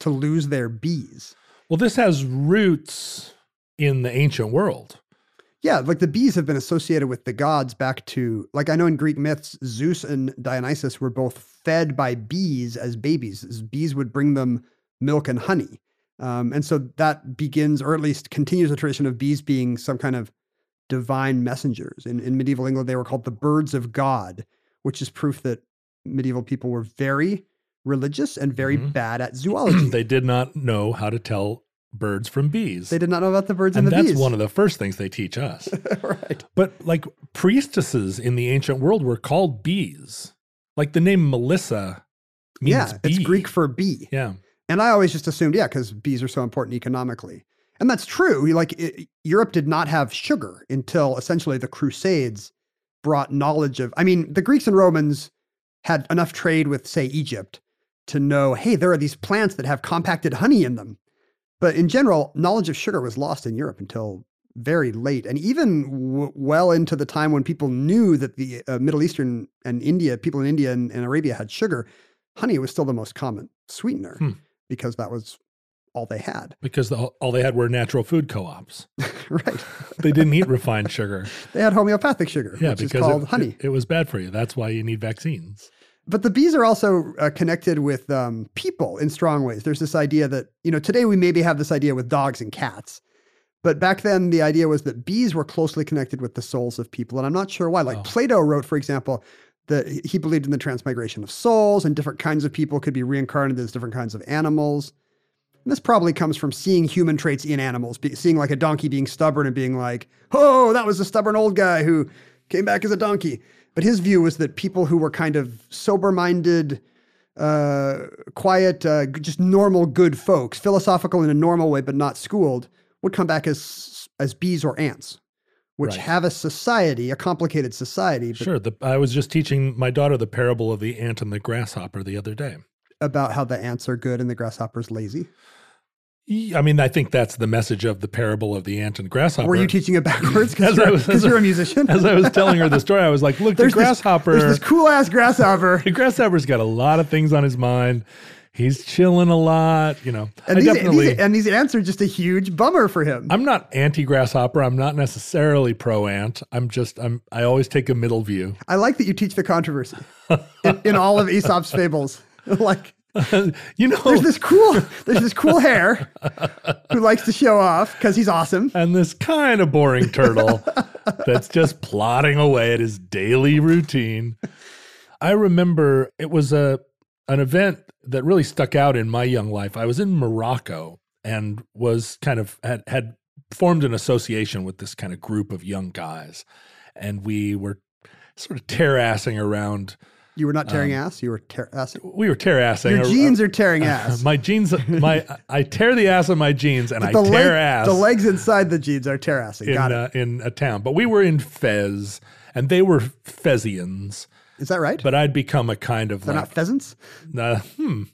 Speaker 4: to lose their bees.
Speaker 3: Well, this has roots in the ancient world.
Speaker 4: Yeah, like the bees have been associated with the gods back to, like I know in Greek myths, Zeus and Dionysus were both fed by bees as babies. As Bees would bring them milk and honey. Um, and so that begins, or at least continues, the tradition of bees being some kind of divine messengers. In, in medieval England, they were called the birds of God, which is proof that medieval people were very religious and very
Speaker 3: Mhm.
Speaker 4: bad
Speaker 3: (clears throat)
Speaker 4: at zoology. they,
Speaker 3: they did not know how to tell birds from bees.
Speaker 4: did not know about the birds and,
Speaker 3: and
Speaker 4: the
Speaker 3: that's
Speaker 4: bees.
Speaker 3: one of the first things they teach
Speaker 4: (laughs)
Speaker 3: us.
Speaker 4: right.
Speaker 3: But like priestesses in the ancient world were called bees. Like the name Melissa means
Speaker 4: Yeah, it's
Speaker 3: bee.
Speaker 4: Greek for bee.
Speaker 3: yeah.
Speaker 4: And I always just assumed, yeah, because bees are so important economically. And that's true. You- Like it, Europe did not have sugar until essentially the Crusades brought knowledge of. I mean, the Greeks and Romans had enough trade with, say, Egypt to know, hey, there are these plants that have compacted honey in them. But in general, knowledge of sugar was lost in Europe until very late, and even w- well into the time when people knew that the uh, Middle Eastern and India, people in India and, and Arabia had sugar, honey was still the most common sweetener
Speaker 3: Hmm.
Speaker 4: because that was all they
Speaker 3: (laughs)
Speaker 4: had. (laughs)
Speaker 3: Because the, all they had were natural food co-ops.
Speaker 4: right.
Speaker 3: They didn't eat refined sugar.
Speaker 4: They had homeopathic sugar, (laughs)
Speaker 3: Yeah,
Speaker 4: which is
Speaker 3: because
Speaker 4: called
Speaker 3: it,
Speaker 4: honey.
Speaker 3: It, it was bad for you. That's why you need vaccines.
Speaker 4: But the bees are also uh, connected with um, people in strong ways. There's this idea that, you know, today we maybe have this idea with dogs and cats. But back then, the idea was that bees were closely connected with the souls of people. And I'm not sure why. Like
Speaker 3: Oh.
Speaker 4: Plato wrote, for example, that he- he believed in the transmigration of souls and different kinds of people could be reincarnated as different kinds of animals. And this probably comes from seeing human traits in animals, be, seeing like a donkey being stubborn and being like, oh, that was a stubborn old guy who came back as a donkey. But his view was that people who were kind of sober minded, uh, quiet, uh, g- just normal good folks, philosophical in a normal way, but not schooled, would come back as as bees or ants, which
Speaker 3: Right.
Speaker 4: have a society, a complicated society, but
Speaker 3: Sure. The, I was just teaching my daughter the parable of the ant and the grasshopper the other day.
Speaker 4: about how the ants are good and the grasshopper's lazy.
Speaker 3: Y- I mean, I think that's the message of the parable of the ant and grasshopper.
Speaker 4: Were you teaching it backwards?
Speaker 3: (laughs) As
Speaker 4: Because
Speaker 3: I
Speaker 4: you're,
Speaker 3: was- as
Speaker 4: 'cause
Speaker 3: I-
Speaker 4: you're a musician.
Speaker 3: As (laughs) I was telling her the story, I was like, "Look, the grasshopper.
Speaker 4: This, there's this cool ass grasshopper.
Speaker 3: (laughs) the grasshopper's got a lot of things on his mind. He's chilling a lot, you know.
Speaker 4: And
Speaker 3: I
Speaker 4: these,
Speaker 3: definitely.
Speaker 4: these, and these ants are just a huge bummer for him.
Speaker 3: I'm not anti grasshopper. I'm not necessarily pro ant. I'm just. I'm. I always take a middle view. (laughs)
Speaker 4: I like that you teach the controversy in, in all of Aesop's fables. (laughs) like
Speaker 3: you know.
Speaker 4: there's this cool there's this cool hare who likes to show off because he's awesome.
Speaker 3: and this kind of boring
Speaker 4: (laughs)
Speaker 3: turtle that's just plodding away at his daily routine. I remember it was a an event that really stuck out in my young life. I was in Morocco and was kind of had had formed an association with this kind of group of young guys, and we were sort of tear assing around.
Speaker 4: You were not tearing
Speaker 3: Um,
Speaker 4: ass. You were tear ass.
Speaker 3: We were tear assing.
Speaker 4: Your jeans are tearing ass.
Speaker 3: uh, (laughs) my jeans. My I tear the ass of my jeans and I
Speaker 4: the,
Speaker 3: tear
Speaker 4: leg-
Speaker 3: ass.
Speaker 4: the legs inside the jeans are tear assing.
Speaker 3: in
Speaker 4: Got it.
Speaker 3: uh, in a town, but we were in Fez, and they were Fezians.
Speaker 4: Is that right?
Speaker 3: But I'd become a kind of
Speaker 4: They're not
Speaker 3: like,
Speaker 4: pheasants.
Speaker 3: uh, hmm,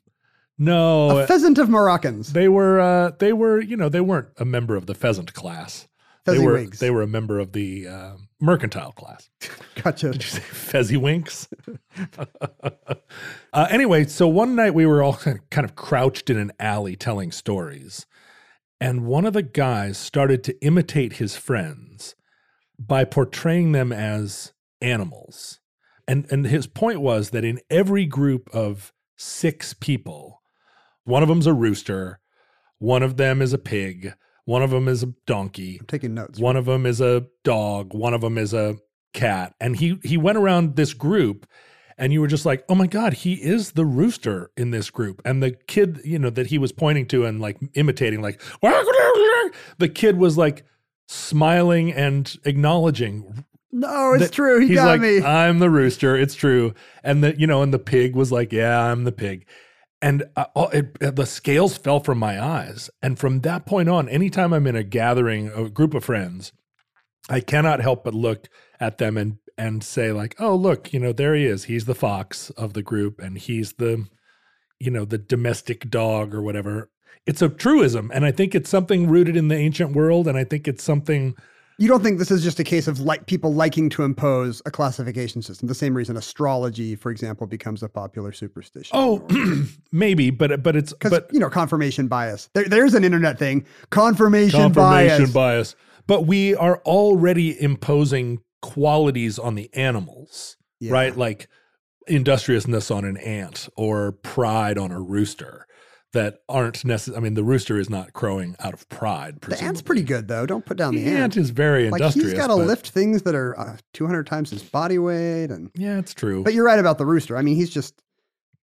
Speaker 3: no,
Speaker 4: A pheasant of Moroccans.
Speaker 3: they were uh, they were you know they weren't a member of the pheasant class. They were
Speaker 4: Fezziwigs.
Speaker 3: they were a member of the uh, mercantile class. (laughs)
Speaker 4: Gotcha.
Speaker 3: Did you say Fezziwinks? (laughs) uh, anyway, so one night we were all (laughs) kind of crouched in an alley telling stories. And one of the guys started to imitate his friends by portraying them as animals. And, and his point was that in every group of six people, one of them's a rooster, one of them is a pig, one of them is a donkey,
Speaker 4: I'm taking notes.
Speaker 3: one of them is a dog. One of them is a cat. And he he went around this group, and you were just like, oh my god, he is the rooster in this group. And the kid, you know, that he was pointing to and like imitating, like the kid was like smiling and acknowledging.
Speaker 4: No, it's
Speaker 3: that-
Speaker 4: true. He
Speaker 3: he's
Speaker 4: got
Speaker 3: like,
Speaker 4: me.
Speaker 3: I'm the rooster. It's true. And the you know, and the pig was like, yeah, I'm the pig. And uh, all- it, uh, the scales fell from my eyes. And from that point on, anytime I'm in a gathering, a group of friends, I cannot help but look at them and and say like, "Oh, look, you know, there he is. He's the fox of the group and he's the you know, the domestic dog or whatever." It's a truism and I think it's something rooted in the ancient world and I think it's something
Speaker 4: You don't think this is just a case of like people liking to impose a classification system? The same reason astrology, for example, becomes a popular superstition.
Speaker 3: Oh, (clears throat) maybe, but but it's
Speaker 4: because
Speaker 3: but
Speaker 4: you know confirmation bias. There, there's an internet thing. Confirmation, bias.
Speaker 3: confirmation bias. But we are already imposing qualities on the animals,
Speaker 4: Yeah.
Speaker 3: right? Like industriousness on an ant or pride on a rooster that aren't necessary. I mean, the rooster is not crowing out of pride.
Speaker 4: the
Speaker 3: Presumably.
Speaker 4: ant's pretty good though. Don't put down the,
Speaker 3: The
Speaker 4: ant.
Speaker 3: ant is very
Speaker 4: Like
Speaker 3: industrious.
Speaker 4: he's got to
Speaker 3: but-
Speaker 4: lift things that are uh, 200 times his body weight. And
Speaker 3: Yeah, it's true.
Speaker 4: but you're right about the rooster. I mean, he's just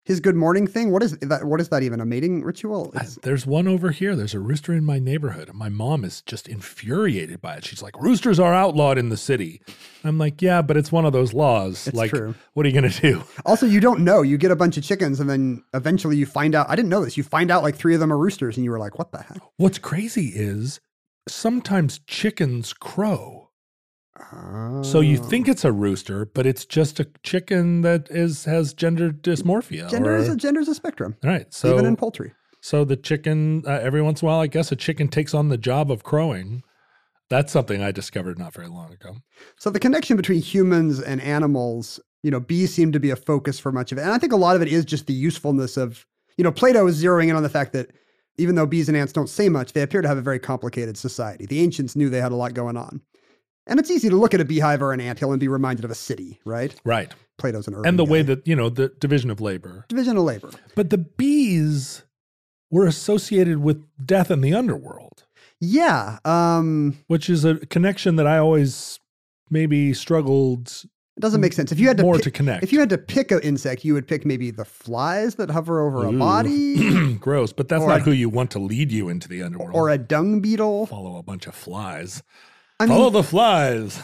Speaker 4: his good morning thing. What is that? What is that even a mating ritual?
Speaker 3: I-
Speaker 4: It's-
Speaker 3: There's one over here. There's a rooster in my neighborhood. And my mom is just infuriated by it. She's like, roosters are outlawed in the city. I'm like, yeah, but it's one of those laws.
Speaker 4: It's
Speaker 3: like,
Speaker 4: true.
Speaker 3: what are you going to do?
Speaker 4: also, you don't know. You get a bunch of chickens, and then eventually you find out. I didn't know this. You find out like three of them are roosters, and you were like, "What the heck?"
Speaker 3: What's crazy is sometimes chickens crow. So you
Speaker 4: Oh.
Speaker 3: think it's a rooster, but it's just a chicken that is has gender dysmorphia.
Speaker 4: gender
Speaker 3: or-
Speaker 4: is a gender is a spectrum,
Speaker 3: right. So
Speaker 4: even in poultry.
Speaker 3: So the chicken, uh, every once in a while, I guess a chicken takes on the job of crowing. That's something I discovered not very long ago.
Speaker 4: So the connection between humans and animals, you know, bees seem to be a focus for much of it. And I think a lot of it is just the usefulness of, you know, Plato is zeroing in on the fact that even though bees and ants don't say much, they appear to have a very complicated society. The ancients knew they had a lot going on. And it's easy to look at a beehive or an anthill and be reminded of a city, right?
Speaker 3: Right.
Speaker 4: Plato's an urban
Speaker 3: and the way
Speaker 4: guy.
Speaker 3: that, you know, the division of labor.
Speaker 4: division of labor.
Speaker 3: But the bees were associated with death and the underworld,
Speaker 4: Yeah, um,
Speaker 3: which is a connection that I always maybe struggled
Speaker 4: it doesn't make sense. If you had to
Speaker 3: more
Speaker 4: pick,
Speaker 3: to connect.
Speaker 4: if you had to pick an insect, you would pick maybe the flies that hover over a
Speaker 3: Ooh. (clears throat)
Speaker 4: body
Speaker 3: Gross, but that's
Speaker 4: Or
Speaker 3: not
Speaker 4: a-
Speaker 3: who you want to lead you into the underworld.
Speaker 4: or a dung beetle.
Speaker 3: follow a bunch of flies.
Speaker 4: I
Speaker 3: follow the flies.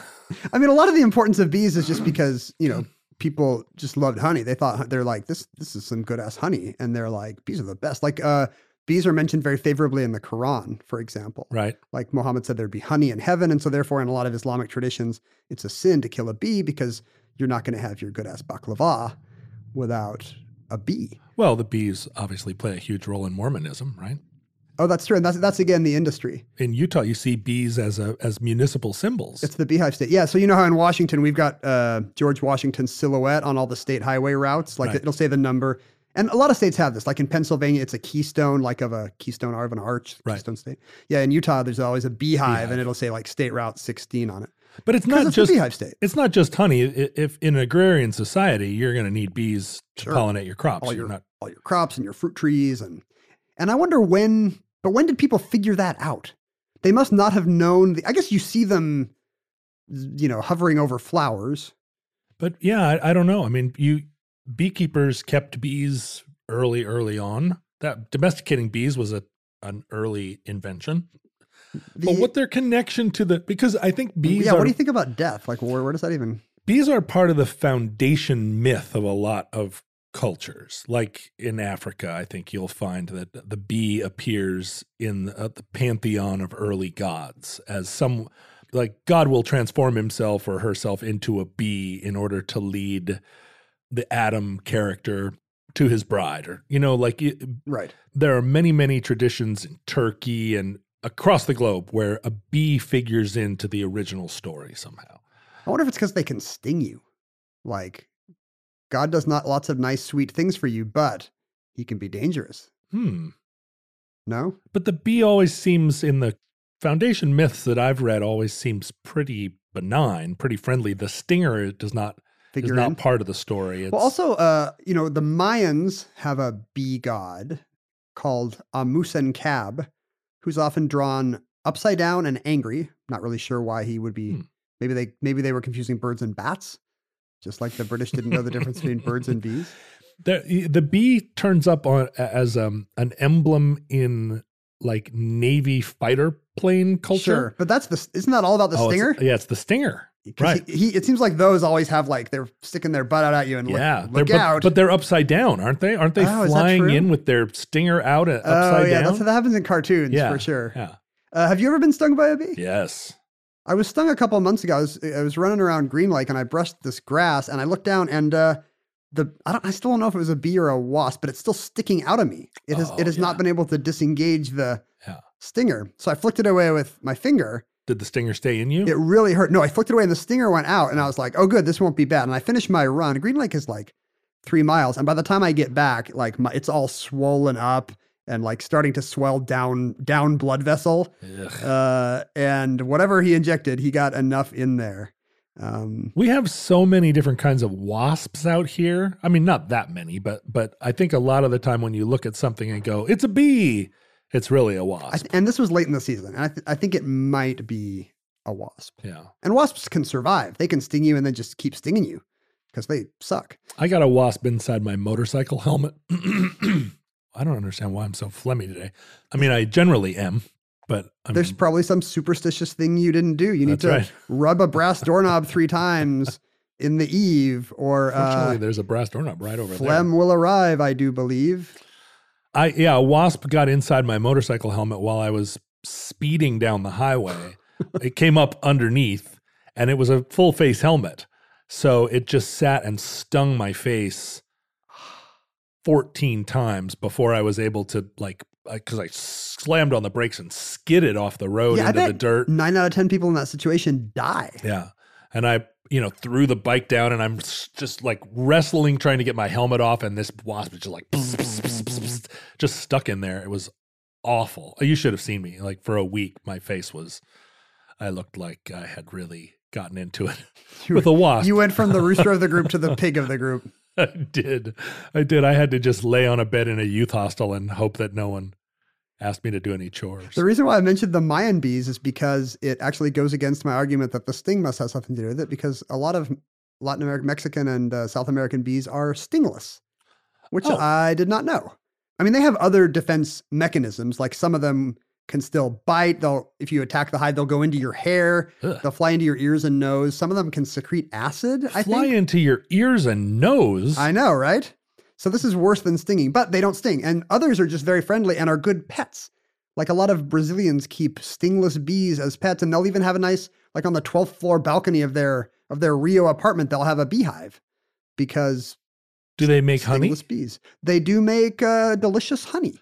Speaker 4: I mean, a lot of the importance of bees is just because you know people just loved honey. They thought they're like this. This is some good ass honey, and they're like bees are the best. Like uh, bees are mentioned very favorably in the Quran, for example.
Speaker 3: Right.
Speaker 4: Like Muhammad said, there'd be honey in heaven, and so therefore, in a lot of Islamic traditions, it's a sin to kill a bee because you're not going to have your good ass baklava without a bee.
Speaker 3: Well, the bees obviously play a huge role in Mormonism, right?
Speaker 4: Oh, that's true. And that's, that's again the industry.
Speaker 3: In Utah, you see bees as a as municipal symbols.
Speaker 4: It's the beehive state. Yeah. So you know how in Washington we've got uh, George Washington's silhouette on all the state highway routes. Like
Speaker 3: Right.
Speaker 4: it'll say the number. And a lot of states have this. Like in Pennsylvania, it's a keystone, like of a keystone or of an arch,
Speaker 3: Right.
Speaker 4: keystone state. Yeah. In Utah, there's always a beehive, and it'll say like state route 16 on it.
Speaker 3: but it's
Speaker 4: 'Cause
Speaker 3: not
Speaker 4: it's the
Speaker 3: just
Speaker 4: beehive state.
Speaker 3: it's not just honey. I- If in an agrarian society, you're going to need bees to
Speaker 4: Sure.
Speaker 3: pollinate your crops.
Speaker 4: All
Speaker 3: you're
Speaker 4: your-
Speaker 3: not
Speaker 4: all your crops and your fruit trees and and I wonder when but when did people figure that out? They must not have known the I guess you see them you know hovering over flowers.
Speaker 3: But yeah, I, I don't know. I mean, you beekeepers kept bees early, early on. That domesticating bees was a an early invention. but
Speaker 4: The-
Speaker 3: what their connection to the because I think bees
Speaker 4: yeah,
Speaker 3: are
Speaker 4: what do you think about death? Like where, where does that even
Speaker 3: bees are part of the foundation myth of a lot of cultures. Like in Africa, I think you'll find that the bee appears in the, uh, the pantheon of early gods as some like God will transform himself or herself into a bee in order to lead the Adam character to his bride or you know like it,
Speaker 4: Right.
Speaker 3: there are many, many traditions in Turkey and across the globe where a bee figures into the original story somehow.
Speaker 4: I wonder if it's because they can sting you. Like God does not lots of nice sweet things for you, but he can be dangerous.
Speaker 3: Hmm.
Speaker 4: No?
Speaker 3: But the bee always seems in the foundation myths that I've read always seems pretty benign, pretty friendly. The stinger does not is
Speaker 4: Figure
Speaker 3: not
Speaker 4: in.
Speaker 3: part of the story. It's,
Speaker 4: Well, also, uh, you know, the Mayans have a bee god called Amusen Cab, who's often drawn upside down and angry. Not really sure why he would be.
Speaker 3: Hmm.
Speaker 4: Maybe they maybe they were confusing birds and bats, just like the British didn't know the difference
Speaker 3: (laughs)
Speaker 4: between birds and bees.
Speaker 3: the, e, the bee turns up on as um, an emblem in like navy fighter plane culture.
Speaker 4: Sure, but that's the isn't that all about the
Speaker 3: Oh, it's-
Speaker 4: stinger?
Speaker 3: yeah, it's the stinger.
Speaker 4: 'Cause
Speaker 3: right.
Speaker 4: He, he- it seems like those always have like they're sticking their butt out at you and look-
Speaker 3: yeah,
Speaker 4: look,
Speaker 3: they're- but,
Speaker 4: out.
Speaker 3: but they're upside down, aren't they? Aren't they
Speaker 4: Oh, is that
Speaker 3: flying
Speaker 4: true?
Speaker 3: in with their stinger out and
Speaker 4: oh
Speaker 3: upside
Speaker 4: yeah,
Speaker 3: down?
Speaker 4: that's, that happens in cartoons
Speaker 3: Yeah,
Speaker 4: for sure.
Speaker 3: yeah.
Speaker 4: Uh, have you ever been stung by a bee?
Speaker 3: Yes.
Speaker 4: I was stung a couple of months ago. I was, I was running around Green Lake and I brushed this grass and I looked down and uh, the I, don't, I still don't know if it was a bee or a wasp, but it's still sticking out of me. It has
Speaker 3: Oh,
Speaker 4: it has
Speaker 3: yeah.
Speaker 4: not been able to disengage the
Speaker 3: Yeah.
Speaker 4: stinger. So I flicked it away with my finger.
Speaker 3: Did the stinger stay in you?
Speaker 4: It really hurt. No, I flicked it away and the stinger went out and I was like, oh good, this won't be bad. And I finished my run. Green Lake is like three miles, and by the time I get back, like my, it's all swollen up and like starting to swell down down blood vessel
Speaker 3: Ugh.
Speaker 4: uh, and whatever he injected, he got enough in there. Um,
Speaker 3: We have so many different kinds of wasps out here. I mean, not that many, but but I think a lot of the time when you look at something and go, "It's a bee," it's really a wasp.
Speaker 4: I th- and this was late in the season, and I, th- I think it might be a wasp.
Speaker 3: yeah,
Speaker 4: And wasps can survive; they can sting you and then just keep stinging you because they suck.
Speaker 3: I got a wasp inside my motorcycle helmet. (clears throat) I don't understand why I'm so phlegmy today. I mean, I generally am, but I'm,
Speaker 4: There's probably some superstitious thing you didn't do. You need
Speaker 3: That's
Speaker 4: to
Speaker 3: right.
Speaker 4: rub a brass
Speaker 3: (laughs)
Speaker 4: doorknob three times in the eve, or
Speaker 3: fortunately
Speaker 4: uh,
Speaker 3: there's a brass doorknob right over there.
Speaker 4: phlegm will arrive. I do believe.
Speaker 3: I yeah, a wasp got inside my motorcycle helmet while I was speeding down
Speaker 4: (laughs)
Speaker 3: the highway. it came up underneath and it was a full face helmet. So it just sat and stung my face 14 times before I was able to like because I slammed on the brakes and skidded off the road
Speaker 4: Yeah, I
Speaker 3: into the
Speaker 4: bet
Speaker 3: dirt.
Speaker 4: Nine out of ten people in that situation die.
Speaker 3: Yeah. And I, you know, threw the bike down and I'm s- just like wrestling trying to get my helmet off. And this wasp is just like bzz, bzz, bzz, bzz, bzz,
Speaker 4: Mm.
Speaker 3: just stuck in there. It was awful. You should have seen me. Like for a week, my face was, I looked like I had really gotten into it with a
Speaker 4: (laughs)
Speaker 3: wasp.
Speaker 4: You went from the rooster of the group to the pig of the group.
Speaker 3: (laughs) I did. I did. I had to just lay on a bed in a youth hostel and hope that no one asked me to do any chores.
Speaker 4: The reason why I mentioned the Mayan bees is because it actually goes against my argument that the sting must have something to do with it, because a lot of Latin American, Mexican, and uh, South American bees are stingless, which
Speaker 3: Oh.
Speaker 4: I did not know. I mean, they have other defense mechanisms, like some of them can still bite. They'll, if you attack the hive, they'll go into your hair,
Speaker 3: Ugh.
Speaker 4: they'll fly into your ears and nose. Some of them can secrete acid. I
Speaker 3: Fly
Speaker 4: think.
Speaker 3: into your ears and
Speaker 4: (laughs)
Speaker 3: nose.
Speaker 4: I know, right? So this is worse than stinging, but they don't sting. And others are just very friendly and are good pets. Like a lot of Brazilians keep stingless bees as pets, and they'll even have a nice, like on the 12th floor balcony of their of their Rio apartment, they'll have a beehive because
Speaker 3: do they make honey?
Speaker 4: stingless bees. They do make uh, delicious honey.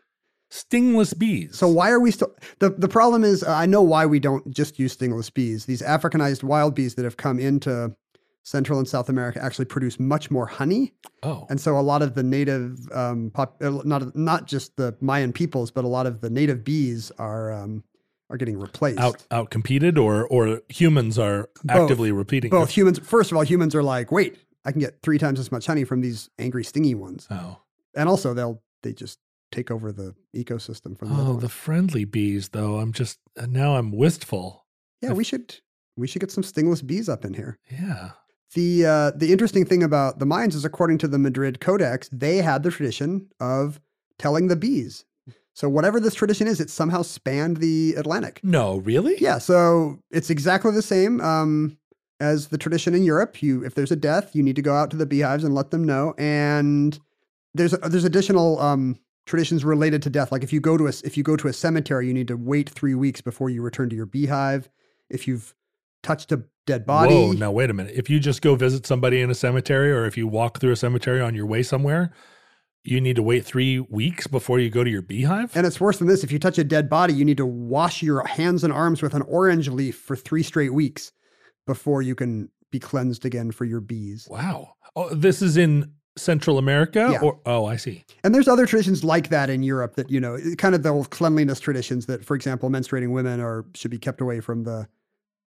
Speaker 3: stingless bees.
Speaker 4: So why are we still the the problem is uh, I know why we don't just use stingless bees. These Africanized wild bees that have come into Central and South America actually produce much more honey,
Speaker 3: oh,
Speaker 4: and so a lot of the native um, pop, uh, not not just the Mayan peoples, but a lot of the native bees are um, are getting replaced.
Speaker 3: out out competed or or humans are actively repeating
Speaker 4: Both
Speaker 3: this?
Speaker 4: humans, first of all, humans are like, wait, I can get three times as much honey from these angry stingy ones,
Speaker 3: Oh,
Speaker 4: and also they'll they just take over the ecosystem from the other
Speaker 3: oh,
Speaker 4: ones.
Speaker 3: the friendly bees though. I'm just uh, now I'm wistful.
Speaker 4: Yeah, we should we should get some stingless bees up in here.
Speaker 3: Yeah.
Speaker 4: The uh, the interesting thing about the Mayans is, according to the Madrid Codex, they had the tradition of telling the bees. So whatever this tradition is, it somehow spanned the Atlantic.
Speaker 3: No, really?
Speaker 4: Yeah, so it's exactly the same um, as the tradition in Europe. You, if there's a death, you need to go out to the beehives and let them know. And there's uh, there's additional um, traditions related to death. Like if you go to a if you go to a cemetery, you need to wait three weeks before you return to your beehive. If you've touched a dead body,
Speaker 3: Whoa, now wait a minute. If you just go visit somebody in a cemetery or if you walk through a cemetery on your way somewhere, you need to wait three weeks before you go to your beehive?
Speaker 4: And it's worse than this. If you touch a dead body, you need to wash your hands and arms with an orange leaf for three straight weeks before you can be cleansed again for your bees.
Speaker 3: wow. Oh, this is in Central America?
Speaker 4: Yeah.
Speaker 3: Or oh I see.
Speaker 4: And there's other traditions like that in Europe that, you know, kind of the old cleanliness traditions that, for example, menstruating women are should be kept away from the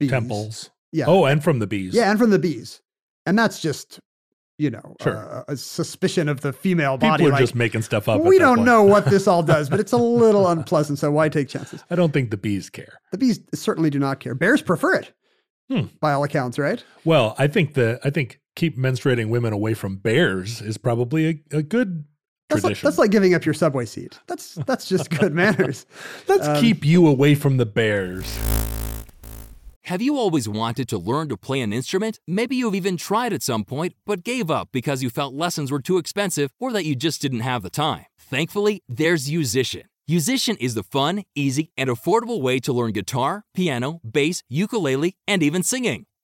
Speaker 4: bees.
Speaker 3: Temples.
Speaker 4: Yeah.
Speaker 3: Oh, and from the bees.
Speaker 4: Yeah, and from the bees. And that's just, you know,
Speaker 3: Sure.
Speaker 4: uh, a suspicion of the female
Speaker 3: People
Speaker 4: body.
Speaker 3: are
Speaker 4: like,
Speaker 3: just making stuff up. at
Speaker 4: we
Speaker 3: that
Speaker 4: don't
Speaker 3: point.
Speaker 4: know what this all does,
Speaker 3: (laughs)
Speaker 4: but it's a little unpleasant, so why take chances?
Speaker 3: I don't think the bees care.
Speaker 4: The bees certainly do not care. Bears prefer it,
Speaker 3: Hmm.
Speaker 4: by all accounts, right?
Speaker 3: Well, I think the I think keep menstruating women away from bears is probably a, a good
Speaker 4: That's like,
Speaker 3: tradition.
Speaker 4: that's like giving up your subway seat. That's that's just
Speaker 3: (laughs)
Speaker 4: good manners.
Speaker 3: Let's
Speaker 4: um,
Speaker 3: keep you away from the bears.
Speaker 6: Have you always wanted to learn to play an instrument? Maybe you've even tried at some point, but gave up because you felt lessons were too expensive or that you just didn't have the time. Thankfully, there's Musician. Musician is the fun, easy, and affordable way to learn guitar, piano, bass, ukulele, and even singing.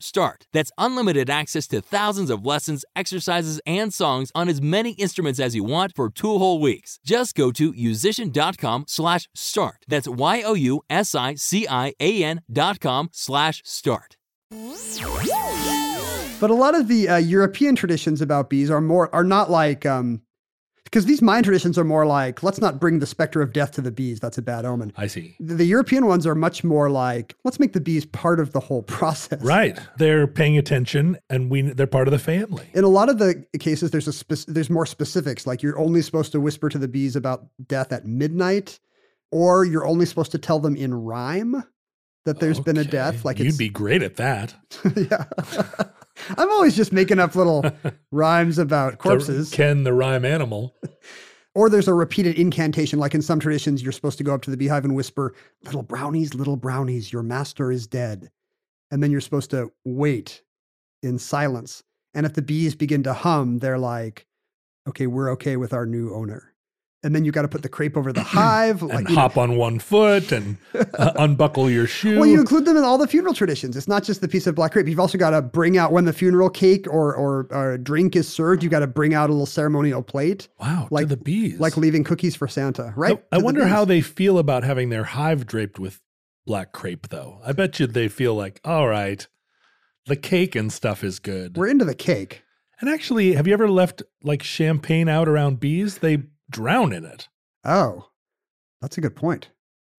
Speaker 6: start. That's unlimited access to thousands of lessons, exercises, and songs on as many instruments as you want for two whole weeks. Just go to musician.com slash start. That's Y-O-U-S-I-C-I-A-N dot com slash start.
Speaker 4: But a lot of the uh, European traditions about bees are more are not like um because these Mayan traditions are more like let's not bring the specter of death to the bees. That's a bad omen.
Speaker 3: I see.
Speaker 4: The, the European ones are much more like let's make the bees part of the whole (laughs) process.
Speaker 3: Right. They're paying attention and we they're part of the family.
Speaker 4: In a lot of the cases, there's a spec- there's more specifics. Like you're only supposed to whisper to the bees about death at midnight, or you're only supposed to tell them in rhyme that there's been a
Speaker 3: Okay.
Speaker 4: death. Like
Speaker 3: you'd
Speaker 4: it's,
Speaker 3: be great at that.
Speaker 4: yeah. I'm always just making up
Speaker 3: (laughs)
Speaker 4: little rhymes about
Speaker 3: The-
Speaker 4: corpses.
Speaker 3: Ken the rhyme animal.
Speaker 4: or there's a repeated incantation. Like in some traditions, you're supposed to go up to the beehive and whisper, Little brownies, little brownies, your master is dead. And then you're supposed to wait in silence. And if the bees begin to hum, they're like, Okay, we're okay with our new owner. And then you got to put the crepe over
Speaker 3: (clears throat)
Speaker 4: the hive.
Speaker 3: And
Speaker 4: (laughs) like, you know-
Speaker 3: hop on one foot and
Speaker 4: (laughs)
Speaker 3: uh, unbuckle your shoe.
Speaker 4: Well, you include them in all the funeral traditions. It's not just the piece of black crepe. You've also got to bring out when the funeral cake or or, or drink is served. You got to bring out a little ceremonial plate,
Speaker 3: wow,
Speaker 4: like-
Speaker 3: like the bees.
Speaker 4: like leaving cookies for Santa.
Speaker 3: I-
Speaker 4: Right?
Speaker 3: I,
Speaker 4: To the
Speaker 3: wonder
Speaker 4: bees.
Speaker 3: how they feel about having their hive draped with black crepe though. I bet you they feel like, all right, the cake and stuff is good.
Speaker 4: we're into the cake.
Speaker 3: and actually, have you ever left like champagne out around bees? They drown in it.
Speaker 4: Oh, that's a good point.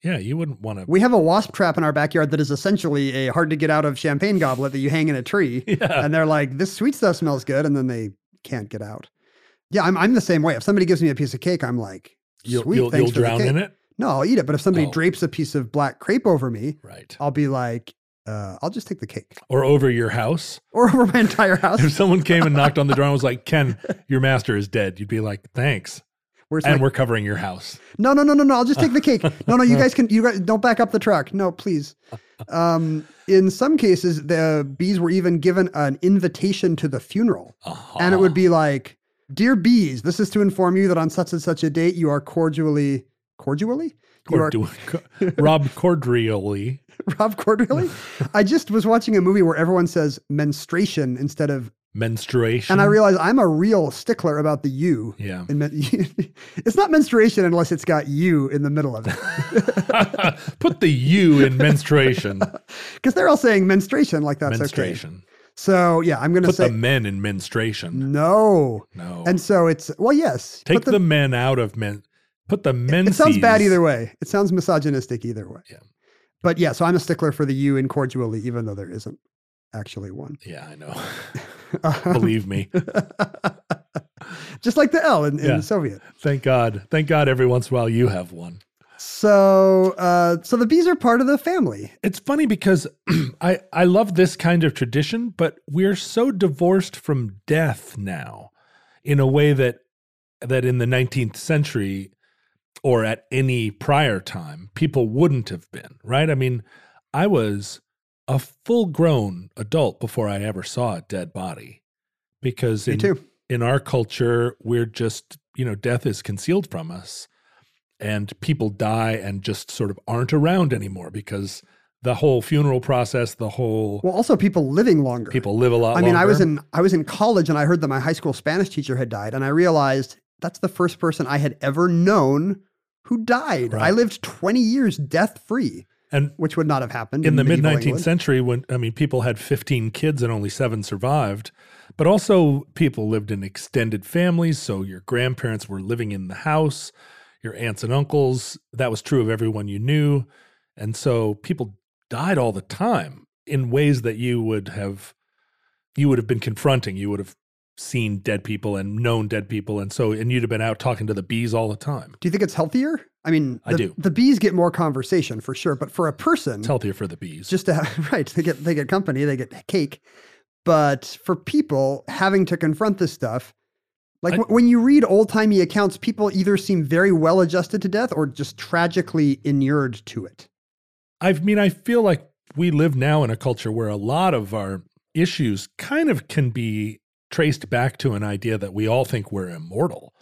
Speaker 3: Yeah, you wouldn't want to
Speaker 4: We have a wasp trap in our backyard that is essentially a hard to get out of champagne goblet that you hang in a tree.
Speaker 3: (laughs) Yeah.
Speaker 4: And they're like, this sweet stuff smells good. And then they can't get out. Yeah, I'm, I'm the same way. If somebody gives me a piece of cake, I'm like,
Speaker 3: You'll,
Speaker 4: sweet,
Speaker 3: you'll,
Speaker 4: thanks
Speaker 3: you'll
Speaker 4: for the
Speaker 3: drown
Speaker 4: cake.
Speaker 3: in it.
Speaker 4: No, I'll eat it. But if somebody
Speaker 3: Oh.
Speaker 4: drapes a piece of black crepe over me,
Speaker 3: Right.
Speaker 4: I'll be like, uh, I'll just take the cake
Speaker 3: Or over your house. (laughs)
Speaker 4: or (laughs) over my entire
Speaker 3: If
Speaker 4: house.
Speaker 3: someone came and knocked on the door and was like, Ken, your master is dead, you'd be like, thanks.
Speaker 4: Where's
Speaker 3: and
Speaker 4: my-
Speaker 3: we're covering your house.
Speaker 4: No, no, no, no, no. I'll just take
Speaker 3: (laughs)
Speaker 4: the cake. No, no, you guys can. You guys don't back up the truck. No, please. Um, in some cases, the bees were even given an invitation to the funeral,
Speaker 3: Uh-huh.
Speaker 4: and it would be like, "Dear bees, this is to inform you that on such and such a date, you are cordially, cordially, you are
Speaker 3: Cordu- Rob Cordioli.
Speaker 4: (laughs) Rob
Speaker 3: (laughs)
Speaker 4: cordially." I just was watching a movie where everyone says menstruation instead of,
Speaker 3: Menstruation.
Speaker 4: and I realize I'm a real stickler about the U.
Speaker 3: Yeah.
Speaker 4: in men- (laughs) it's not menstruation unless it's got you in the middle of it.
Speaker 3: (laughs) Put the U in
Speaker 4: (laughs)
Speaker 3: menstruation.
Speaker 4: Because they're all saying menstruation like that's okay.
Speaker 3: menstruation.
Speaker 4: So yeah, I'm going to
Speaker 3: Put
Speaker 4: say
Speaker 3: the men in menstruation.
Speaker 4: no.
Speaker 3: No.
Speaker 4: And so it's well, yes.
Speaker 3: Take
Speaker 4: but the-
Speaker 3: the, men out of men. Put the men.
Speaker 4: it sounds bad either way. It sounds misogynistic either way.
Speaker 3: Yeah.
Speaker 4: But yeah, so I'm a stickler for the you in cordially, even though there isn't actually one.
Speaker 3: Yeah, I know.
Speaker 4: (laughs) Um,
Speaker 3: Believe me.
Speaker 4: just like the L in, in
Speaker 3: Yeah.
Speaker 4: Soviet.
Speaker 3: Thank God. Thank God every once in a while you have one.
Speaker 4: So uh, so the bees are part of the family.
Speaker 3: It's funny because (clears throat) I I love this kind of tradition, but we're so divorced from death now in a way that that in the 19th century or at any prior time people wouldn't have been, right? I mean, I was a full-grown adult before I ever saw a dead body because
Speaker 4: Me
Speaker 3: in,
Speaker 4: too.
Speaker 3: in our culture, we're just, you know, death is concealed from us and people die and just sort of aren't around anymore because the whole funeral process, the whole
Speaker 4: Well, also people living longer.
Speaker 3: people live a lot
Speaker 4: I mean, I was
Speaker 3: longer.
Speaker 4: in I was in college and I heard that my high school Spanish teacher had died, and I realized that's the first person I had ever known who died. I
Speaker 3: Right.
Speaker 4: lived 20 years death free,
Speaker 3: and
Speaker 4: which would not have happened
Speaker 3: in the mid
Speaker 4: medieval
Speaker 3: 19th
Speaker 4: England.
Speaker 3: century when I mean people had 15 kids and only 7 survived, but also people lived in extended families, so your grandparents were living in the house, your aunts and uncles, that was true of everyone you knew, and so people died all the time in ways that you would have you would have been confronting, you would have seen dead people and known dead people and so and you'd have been out talking to the bees all the time.
Speaker 4: Do you think it's healthier? I mean,
Speaker 3: I
Speaker 4: the,
Speaker 3: do.
Speaker 4: The bees get more conversation for sure, but for a person,
Speaker 3: It's healthier for the bees.
Speaker 4: just to have, (laughs) right, they get they get company, they get cake, but for people having to confront this stuff. Like
Speaker 3: I-
Speaker 4: wh- when you read old timey accounts, people either seem very well adjusted to death or just tragically inured to it.
Speaker 3: I mean, I feel like we live now in a culture where a lot of our issues kind of can be traced back to an idea that we all think we're immortal.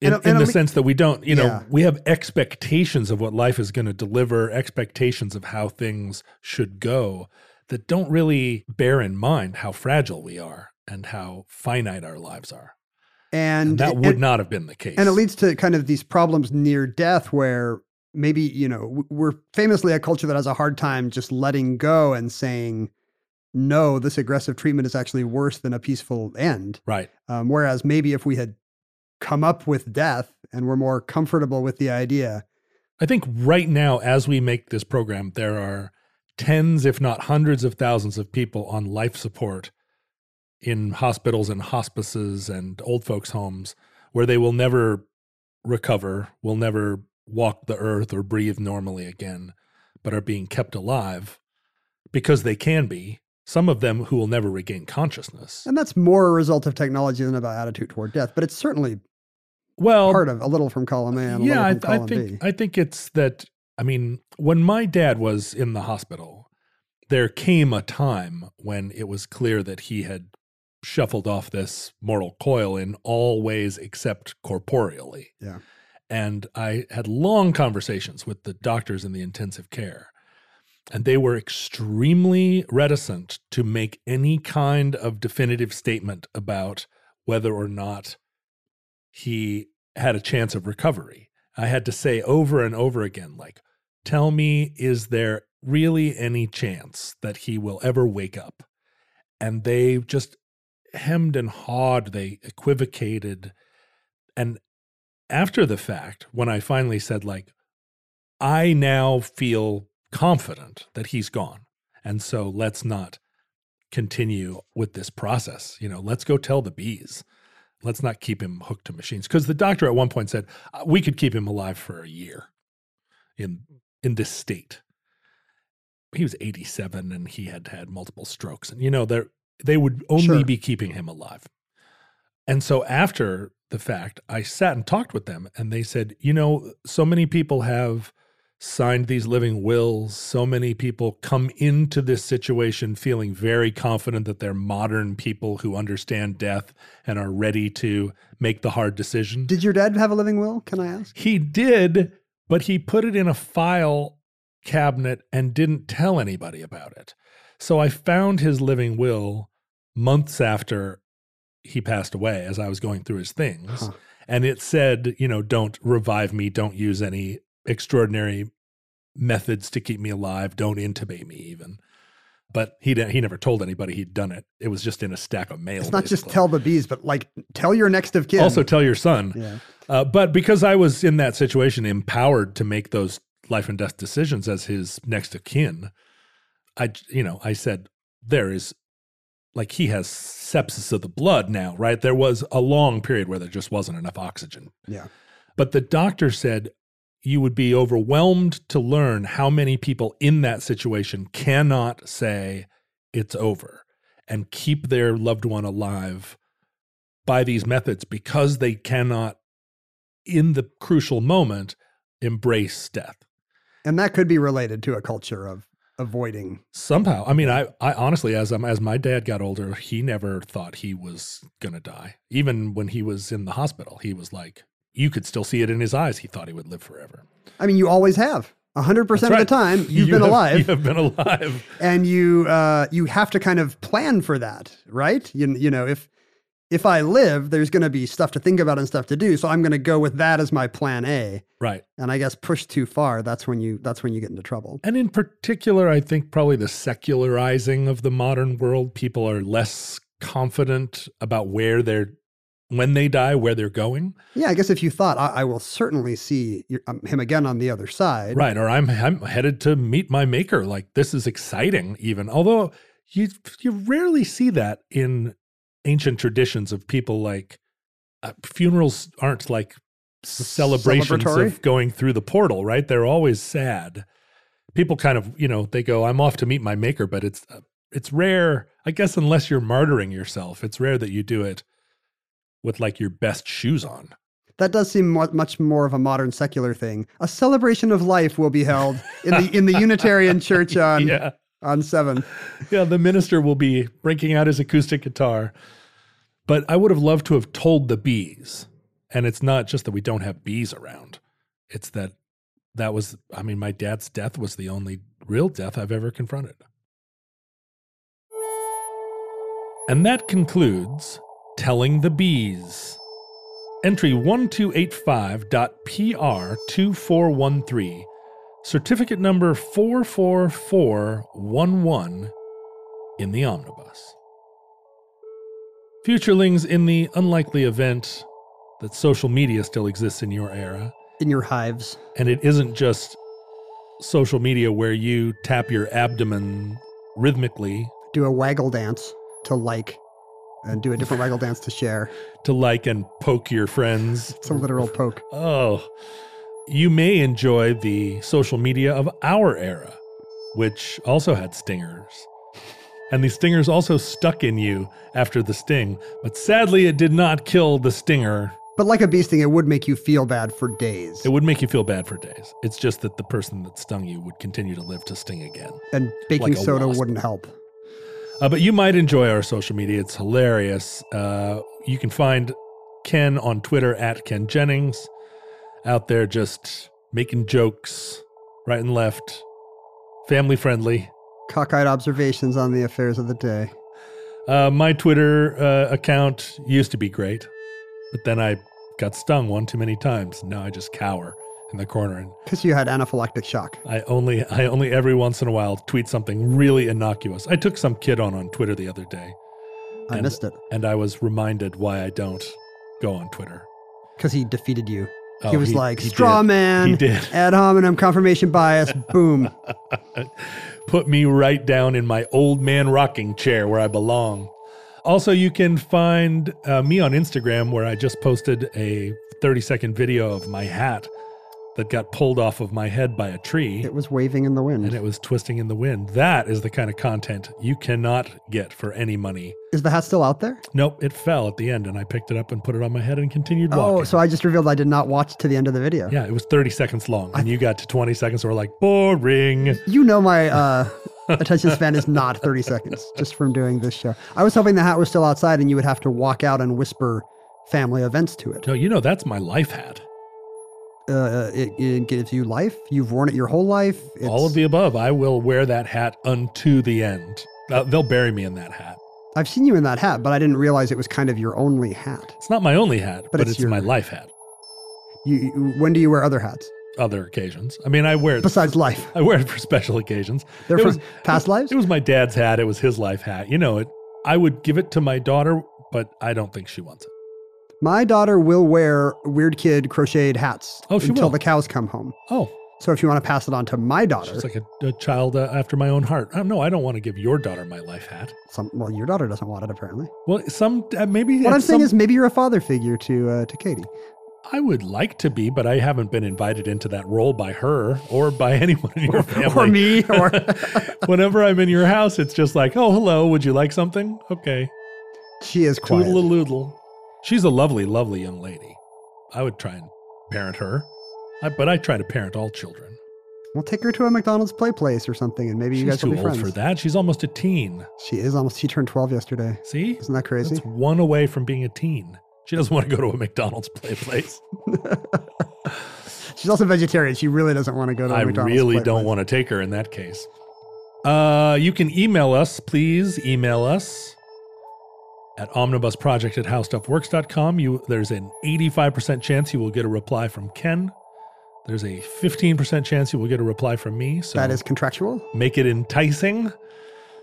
Speaker 3: In,
Speaker 4: And- and
Speaker 3: in
Speaker 4: at
Speaker 3: the
Speaker 4: lea-
Speaker 3: sense that we don't, you know,
Speaker 4: Yeah.
Speaker 3: we have expectations of what life is going to deliver, expectations of how things should go that don't really bear in mind how fragile we are and how finite our lives are.
Speaker 4: and,
Speaker 3: And, that would
Speaker 4: and,
Speaker 3: not have been the case.
Speaker 4: and it leads to kind of these problems near death where maybe you know w- we're famously a culture that has a hard time just letting go and saying no this aggressive treatment is actually worse than a peaceful end
Speaker 3: right.
Speaker 4: um, whereas maybe if we had come up with death and were more comfortable with the idea
Speaker 3: I think right now, as we make this program, there are tens, if not hundreds of thousands of people on life support in hospitals and hospices and old folks' homes where they will never recover, will never walk the earth or breathe normally again, but are being kept alive because they can be. Some of them who will never regain consciousness.
Speaker 4: and that's more a result of technology than about attitude toward death but it's certainly
Speaker 3: Well,
Speaker 4: part of a little from column a and a
Speaker 3: yeah, I,
Speaker 4: little
Speaker 3: th-
Speaker 4: from column
Speaker 3: I
Speaker 4: b
Speaker 3: think uh, I think it's that. I mean, when my dad was in the hospital, there came a time when it was clear that he had shuffled off this mortal coil in all ways except corporeally.
Speaker 4: Yeah.
Speaker 3: And I had long conversations with the doctors in the intensive care, and they were extremely reticent to make any kind of definitive statement about whether or not he had a chance of recovery. I had to say over and over again, like, tell me, is there really any chance that he will ever wake up? And they just hemmed and hawed, they equivocated. And after the fact, when I finally said, like, I now feel confident that he's gone. And so let's not continue with this process. You know, let's go tell the bees. Let's not keep him hooked to machines. Because the doctor at one point said, "Uh, we could keep him alive for a year in in this state. He was 87 and he had had multiple strokes. And you know, they they would only
Speaker 4: Sure.
Speaker 3: be keeping him alive. And so after the fact, I sat and talked with them, and they said, you know, so many people have signed these living wills. So many people come into this situation feeling very confident that they're modern people who understand death and are ready to make the hard decision.
Speaker 4: Did your dad have a living will? Can I ask?
Speaker 3: He did, but he put it in a file cabinet and didn't tell anybody about it. So I found his living will months after he passed away as I was going through his things.
Speaker 4: Huh.
Speaker 3: And it said, you know, don't revive me, don't use any extraordinary methods to keep me alive, don't intubate me even. But he didn't, he never told anybody he'd done it. It was just in a stack of mail.
Speaker 4: It's not just
Speaker 3: basically.
Speaker 4: tell the bees, but like tell your next of kin.
Speaker 3: Also tell your son.
Speaker 4: (laughs) yeah.
Speaker 3: Uh, but because I was in that situation, empowered to make those life and death decisions as his next of kin, I, j- you know, I said there is, like, he has sepsis of the blood now, right? There was a long period where there just wasn't enough oxygen.
Speaker 4: Yeah.
Speaker 3: But the doctor said you would be overwhelmed to learn how many people in that situation cannot say it's over and keep their loved one alive by these methods because they cannot, in the crucial moment, embrace death.
Speaker 4: And that could be related to a culture of avoiding.
Speaker 3: Somehow, I mean, I, I honestly, as I'm, as my dad got older, he never thought he was gonna die. Even when he was in the hospital, he was like, you could still see it in his eyes. He thought he would live forever.
Speaker 4: I mean, you always have. 100% of the
Speaker 3: That's right. (laughs)
Speaker 4: time, you've
Speaker 3: You
Speaker 4: been
Speaker 3: have-
Speaker 4: alive.
Speaker 3: You have been alive. (laughs)
Speaker 4: and you uh, you have to kind of plan for that, right? You you know if if I live, there's going to be stuff to think about and stuff to do, so I'm going to go with that as my plan A.
Speaker 3: Right.
Speaker 4: And I guess push too far, that's when you that's when you get into trouble.
Speaker 3: And in particular, I think probably the secularizing of the modern world, people are less confident about where they're when they die, where they're going.
Speaker 4: Yeah, I guess if you thought I, I will certainly see your, um, him again on the other side,
Speaker 3: Right. Or I'm I'm headed to meet my maker. Like this is exciting even. Although you you rarely see that in ancient traditions of people like uh, funerals aren't like celebrations
Speaker 4: Celebratory?
Speaker 3: of going through the portal, right? They're always sad. People kind of, you know, they go I'm off to meet my maker, but it's uh, it's rare, I guess unless you're martyring yourself. It's rare that you do it with like your best shoes on.
Speaker 4: that does seem mu- much more of a modern secular thing. A celebration of life will be held in the in the
Speaker 3: (laughs)
Speaker 4: Unitarian Church on
Speaker 3: yeah.
Speaker 4: on seventh.
Speaker 3: yeah, the minister will be breaking out his acoustic guitar. But I would have loved to have told the bees. And it's not just that we don't have bees around, it's that that was, I mean, my dad's death was the only real death I've ever confronted. And that concludes Telling the Bees. Entry 1285.PR2413, certificate number 44411 in the omnibus. Futurelings, in the unlikely event that social media still exists in your era,
Speaker 4: In your hives,
Speaker 3: and it isn't just social media where you tap your abdomen rhythmically
Speaker 4: do a waggle dance to like, and do a different waggle dance to share.
Speaker 3: to like and poke your friends.
Speaker 4: It's a literal poke.
Speaker 3: Oh, you may enjoy the social media of our era, which also had stingers. And the stingers also stuck in you after the sting, but sadly, it did not kill the stinger.
Speaker 4: But like a bee sting, it would make you feel bad for days
Speaker 3: It would make you feel bad for days. It's just that the person that stung you would continue to live to sting again.
Speaker 4: and baking
Speaker 3: like a
Speaker 4: soda
Speaker 3: wasp.
Speaker 4: wouldn't help.
Speaker 3: Uh, but you might enjoy our social media. It's hilarious. Uh, you can find Ken on Twitter at Ken Jennings, out there just making jokes right and left, family friendly.
Speaker 4: Cockeyed observations on the affairs of the day.
Speaker 3: Uh, my Twitter uh, account used to be great, but then I got stung one too many times. Now I just cower in the corner and
Speaker 4: Because you had anaphylactic shock.
Speaker 3: I only I only every once in a while tweet something really innocuous. I took some kid on on Twitter the other day,
Speaker 4: I
Speaker 3: And-
Speaker 4: missed it.
Speaker 3: and I was reminded why I don't go on Twitter.
Speaker 4: Because he defeated you.
Speaker 3: Oh,
Speaker 4: he was
Speaker 3: he-
Speaker 4: like,
Speaker 3: he
Speaker 4: straw
Speaker 3: did.
Speaker 4: man,
Speaker 3: He did. (laughs)
Speaker 4: ad hominem confirmation bias, boom.
Speaker 3: Put me right down in my old man rocking chair where I belong. Also, you can find uh, me on Instagram where I just posted a 30 second video of my hat that got pulled off of my head by a tree
Speaker 4: It was waving in the wind.
Speaker 3: and it was twisting in the wind. That is the kind of content you cannot get for any money.
Speaker 4: Is the hat still out there?
Speaker 3: Nope, it fell at the end, and I picked it up and put it on my head and continued walking.
Speaker 4: Oh, so I just revealed I did not watch to the end of the video.
Speaker 3: yeah, it was 30 seconds long, and you got to 20 seconds, and we're like, boring.
Speaker 4: You know my
Speaker 3: (laughs)
Speaker 4: uh, attention span is not 30 seconds just from doing this show. I was hoping the hat was still outside and you would have to walk out and whisper family events to it.
Speaker 3: No, you know, that's my life hat.
Speaker 4: Uh, it, it gives you life. You've worn it your whole life. It's,
Speaker 3: All of the above. I will wear that hat unto the end. Uh, they'll bury me in that hat.
Speaker 4: I've seen you in that hat, but I didn't realize it was kind of your only hat.
Speaker 3: It's not my only hat, but,
Speaker 4: it's
Speaker 3: it's,
Speaker 4: your-
Speaker 3: my life hat.
Speaker 4: You, you, when do you wear other hats
Speaker 3: Other occasions. I mean, I wear it.
Speaker 4: besides life?
Speaker 3: I wear it for special occasions.
Speaker 4: They're
Speaker 3: It
Speaker 4: from
Speaker 3: was-
Speaker 4: past lives.
Speaker 3: It was my dad's hat. It was his life hat. You know, it. I would give it to my daughter, but I don't think she wants it.
Speaker 4: My daughter will wear weird kid crocheted hats
Speaker 3: Oh, she
Speaker 4: until
Speaker 3: will.
Speaker 4: the cows come home.
Speaker 3: Oh,
Speaker 4: So if you want to pass it on to my daughter,
Speaker 3: she's like a, a child uh, after my own heart. Oh, no, I don't want to give your daughter my life hat.
Speaker 4: some, well, your daughter doesn't want it apparently.
Speaker 3: Well, some uh, maybe.
Speaker 4: What
Speaker 3: at
Speaker 4: I'm saying
Speaker 3: some-
Speaker 4: is maybe you're a father figure to uh, to Katie.
Speaker 3: I would like to be, but I haven't been invited into that role by her or by (laughs) anyone in your family
Speaker 4: or me or
Speaker 3: (laughs) Whenever I'm in your house, it's just like, oh, hello, would you like something? Okay,
Speaker 4: she is quiet.
Speaker 3: toodle oodle. She's a lovely, lovely young lady. I would try and parent her, I, but I try to parent all children.
Speaker 4: We'll take her to a McDonald's play place or something, and maybe you
Speaker 3: She's
Speaker 4: guys
Speaker 3: too
Speaker 4: will
Speaker 3: old
Speaker 4: be friends.
Speaker 3: for that. She's almost a teen.
Speaker 4: She is almost. She turned 12 yesterday.
Speaker 3: See,
Speaker 4: Isn't that crazy?
Speaker 3: that's one away from being a teen. She doesn't want to go to a McDonald's
Speaker 4: (laughs)
Speaker 3: play place.
Speaker 4: She's also vegetarian. She really doesn't want to go to a
Speaker 3: I
Speaker 4: McDonald's.
Speaker 3: really
Speaker 4: play
Speaker 3: don't
Speaker 4: place.
Speaker 3: want to take her in that case. Uh, you can email us, please. Email us at omnibusproject at howstuffworks.com. You, there's an 85% chance you will get a reply from Ken. There's a 15% chance you will get a reply from me. So
Speaker 4: That is contractual.
Speaker 3: make it enticing.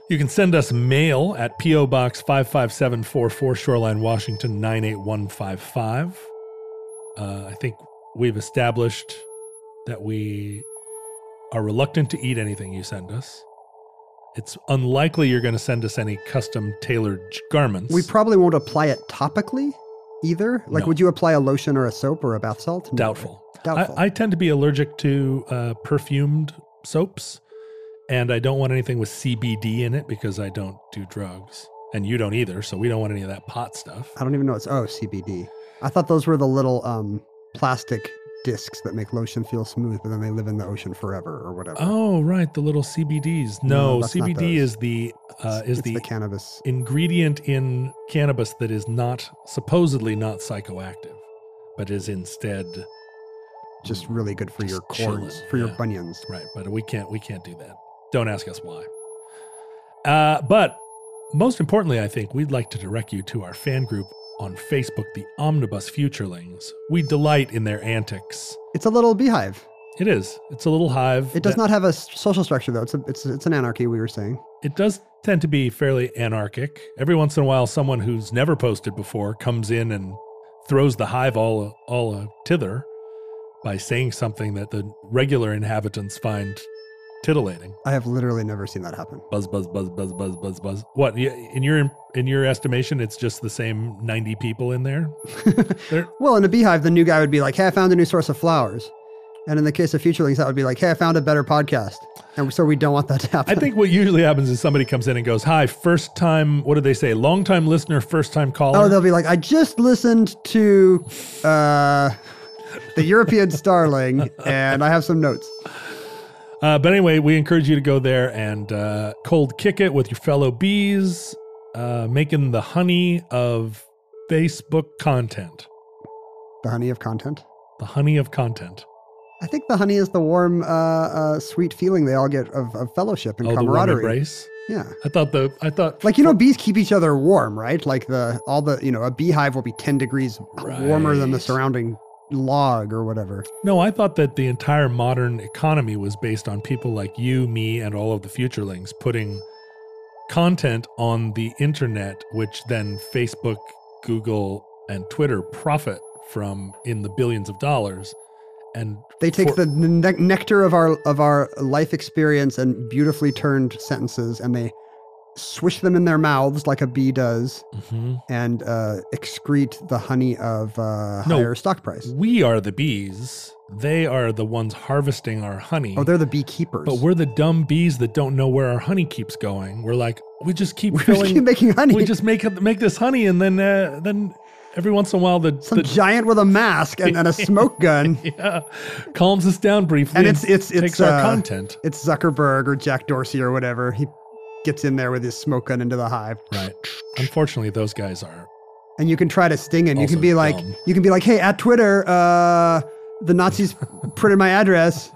Speaker 3: You can send us mail at P.O. Box 55744 Shoreline, Washington 98155. Uh, I think we've established that we are reluctant to eat anything you send us. It's unlikely you're going to send us any custom tailored j- garments.
Speaker 4: We probably won't apply it topically either. Like,
Speaker 3: No.
Speaker 4: would you apply a lotion or a soap or a bath salt? No.
Speaker 3: Doubtful.
Speaker 4: Doubtful.
Speaker 3: I, I tend to be allergic to uh, perfumed soaps, and I don't want anything with CBD in it because I don't do drugs, and you don't either. So we don't want any of that pot stuff.
Speaker 4: I don't even know. It's oh CBD. I thought those were the little um, plastic discs that make lotion feel smooth, but then they live in the ocean forever or whatever.
Speaker 3: Oh, right, the little CBDs. No,
Speaker 4: No, that's not
Speaker 3: CBD
Speaker 4: those.
Speaker 3: is the uh, is
Speaker 4: it's
Speaker 3: the,
Speaker 4: the cannabis
Speaker 3: ingredient in cannabis that is not supposedly not psychoactive, but is instead
Speaker 4: just really good for
Speaker 3: Just
Speaker 4: your
Speaker 3: chillin',
Speaker 4: corns, for your
Speaker 3: yeah.
Speaker 4: bunions.
Speaker 3: Right, but we can't we can't do that. Don't ask us why. Uh, but most importantly, I think we'd like to direct you to our fan group on Facebook, the Omnibus Futurelings. We delight in their antics.
Speaker 4: It's a little beehive.
Speaker 3: It is. It's a little hive.
Speaker 4: It does
Speaker 3: that-
Speaker 4: not have a s- social structure though. It's a, it's it's an anarchy. We were saying.
Speaker 3: It does tend to be fairly anarchic. Every once in a while, someone who's never posted before comes in and throws the hive all all a tither by saying something that the regular inhabitants find titillating.
Speaker 4: I have literally never seen that happen.
Speaker 3: buzz buzz buzz buzz buzz buzz buzz what y- in your in your estimation it's just the same 90 people in there There-
Speaker 4: Well, in a beehive, the new guy would be like, "Hey, I found a new source of flowers," and in the case of Futurelings, that would be like, "Hey, I found a better podcast," and so we don't want that to
Speaker 3: i
Speaker 4: happen.
Speaker 3: think what usually happens is somebody comes in and goes hi first time what do they say long time listener first time caller
Speaker 4: (laughs) Oh, they'll be like, I just listened to uh, the European Starling, and I have some notes.
Speaker 3: Uh, but anyway, we encourage you to go there and uh, cold kick it with your fellow bees, uh, making the honey of Facebook content,
Speaker 4: The honey of content.
Speaker 3: the honey of content.
Speaker 4: I think the honey is the warm, uh, uh, sweet feeling they all get of, of fellowship and
Speaker 3: oh, the warm
Speaker 4: camaraderie.
Speaker 3: embrace.
Speaker 4: Yeah.
Speaker 3: I thought the I thought
Speaker 4: Like you know, bees keep each other warm, right? Like the all the you know, a beehive will be ten degrees warmer than the
Speaker 3: Right.
Speaker 4: surrounding log or whatever.
Speaker 3: No, I thought that the entire modern economy was based on people like you, me, and all of the futurelings putting content on the internet, which then Facebook, Google, and Twitter profit from in the billions of dollars. And
Speaker 4: They take the
Speaker 3: for-
Speaker 4: ne- nectar of our of our life experience and beautifully turned sentences, and they swish them in their mouths like a bee does,
Speaker 3: Mhm.
Speaker 4: and uh, excrete the honey of uh,
Speaker 3: No.
Speaker 4: higher stock price.
Speaker 3: We are the bees. They are the ones harvesting our honey.
Speaker 4: Oh, they're the beekeepers.
Speaker 3: but we're the dumb bees that don't know where our honey keeps going. We're like, we just
Speaker 4: (laughs)
Speaker 3: keep
Speaker 4: we
Speaker 3: filling.
Speaker 4: just keep making honey.
Speaker 3: we just make make this honey, and then uh, then every once in a while the,
Speaker 4: Some
Speaker 3: the
Speaker 4: giant with a mask and,
Speaker 3: (laughs)
Speaker 4: and a smoke gun.
Speaker 3: yeah, calms us down briefly.
Speaker 4: And it's- it's-
Speaker 3: takes
Speaker 4: it's,
Speaker 3: our
Speaker 4: uh,
Speaker 3: content
Speaker 4: It's Zuckerberg or Jack Dorsey or whatever. He gets in there with his smoke gun into the hive.
Speaker 3: right. Unfortunately, those guys are
Speaker 4: and you can try to sting him. You
Speaker 3: Also
Speaker 4: can be like,
Speaker 3: dumb.
Speaker 4: you can be like, hey, at Twitter, uh, the
Speaker 3: (laughs)
Speaker 4: Nazis printed my address,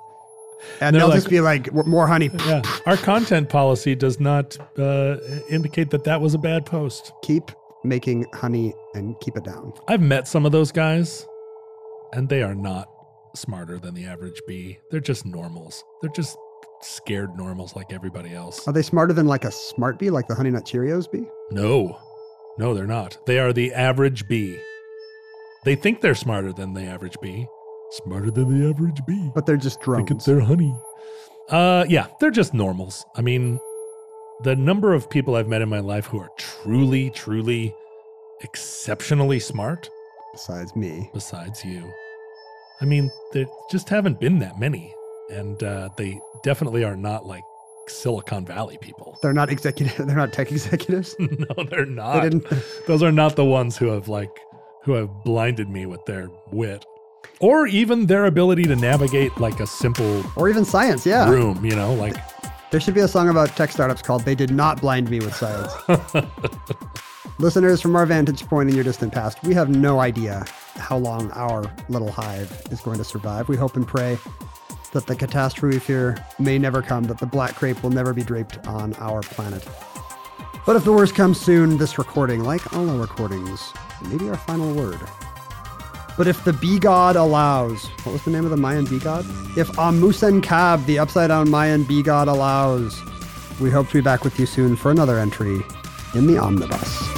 Speaker 4: and
Speaker 3: They're
Speaker 4: they'll
Speaker 3: like-
Speaker 4: just be like, "W- more honey.
Speaker 3: Yeah, our content policy does not uh, indicate that that was a bad post.
Speaker 4: Keep making honey and keep it down.
Speaker 3: I've met some of those guys, and they are not smarter than the average bee. They're just normals. They're just scared normals like everybody else.
Speaker 4: Are they smarter than like a smart bee, like the Honey Nut Cheerios bee?
Speaker 3: No, no, they're not. They are the average bee. They think they're smarter than the average bee. Smarter than the average bee.
Speaker 4: But they're just
Speaker 3: They get
Speaker 4: drones.
Speaker 3: their honey. Uh, yeah, they're just normals. I mean, the number of people I've met in my life who are truly, truly exceptionally smart,
Speaker 4: Besides me,
Speaker 3: besides you, I mean, there just haven't been that many. And uh, they definitely are not like Silicon Valley people. (laughs)
Speaker 4: they're not executive. (laughs) They're not tech executives.
Speaker 3: no, they're
Speaker 4: They
Speaker 3: not.
Speaker 4: didn't.
Speaker 3: Those are not the ones who have like, who have blinded me with their wit or even their ability to navigate like a simple
Speaker 4: Or even science, yeah.
Speaker 3: room, you know, like.
Speaker 4: There should be a song about tech startups called They Did Not Blind Me with Science. Listeners, from our vantage point in your distant past, we have no idea how long our little hive is going to survive. We hope and pray that the catastrophe we fear may never come, that the black crepe will never be draped on our planet. But if the worst comes soon, this recording, like all our recordings, may be our final word. But if the bee god allows, what was the name of the Mayan bee god? If Amusen Kab, the upside down Mayan bee god allows, we hope to be back with you soon for another entry in the omnibus.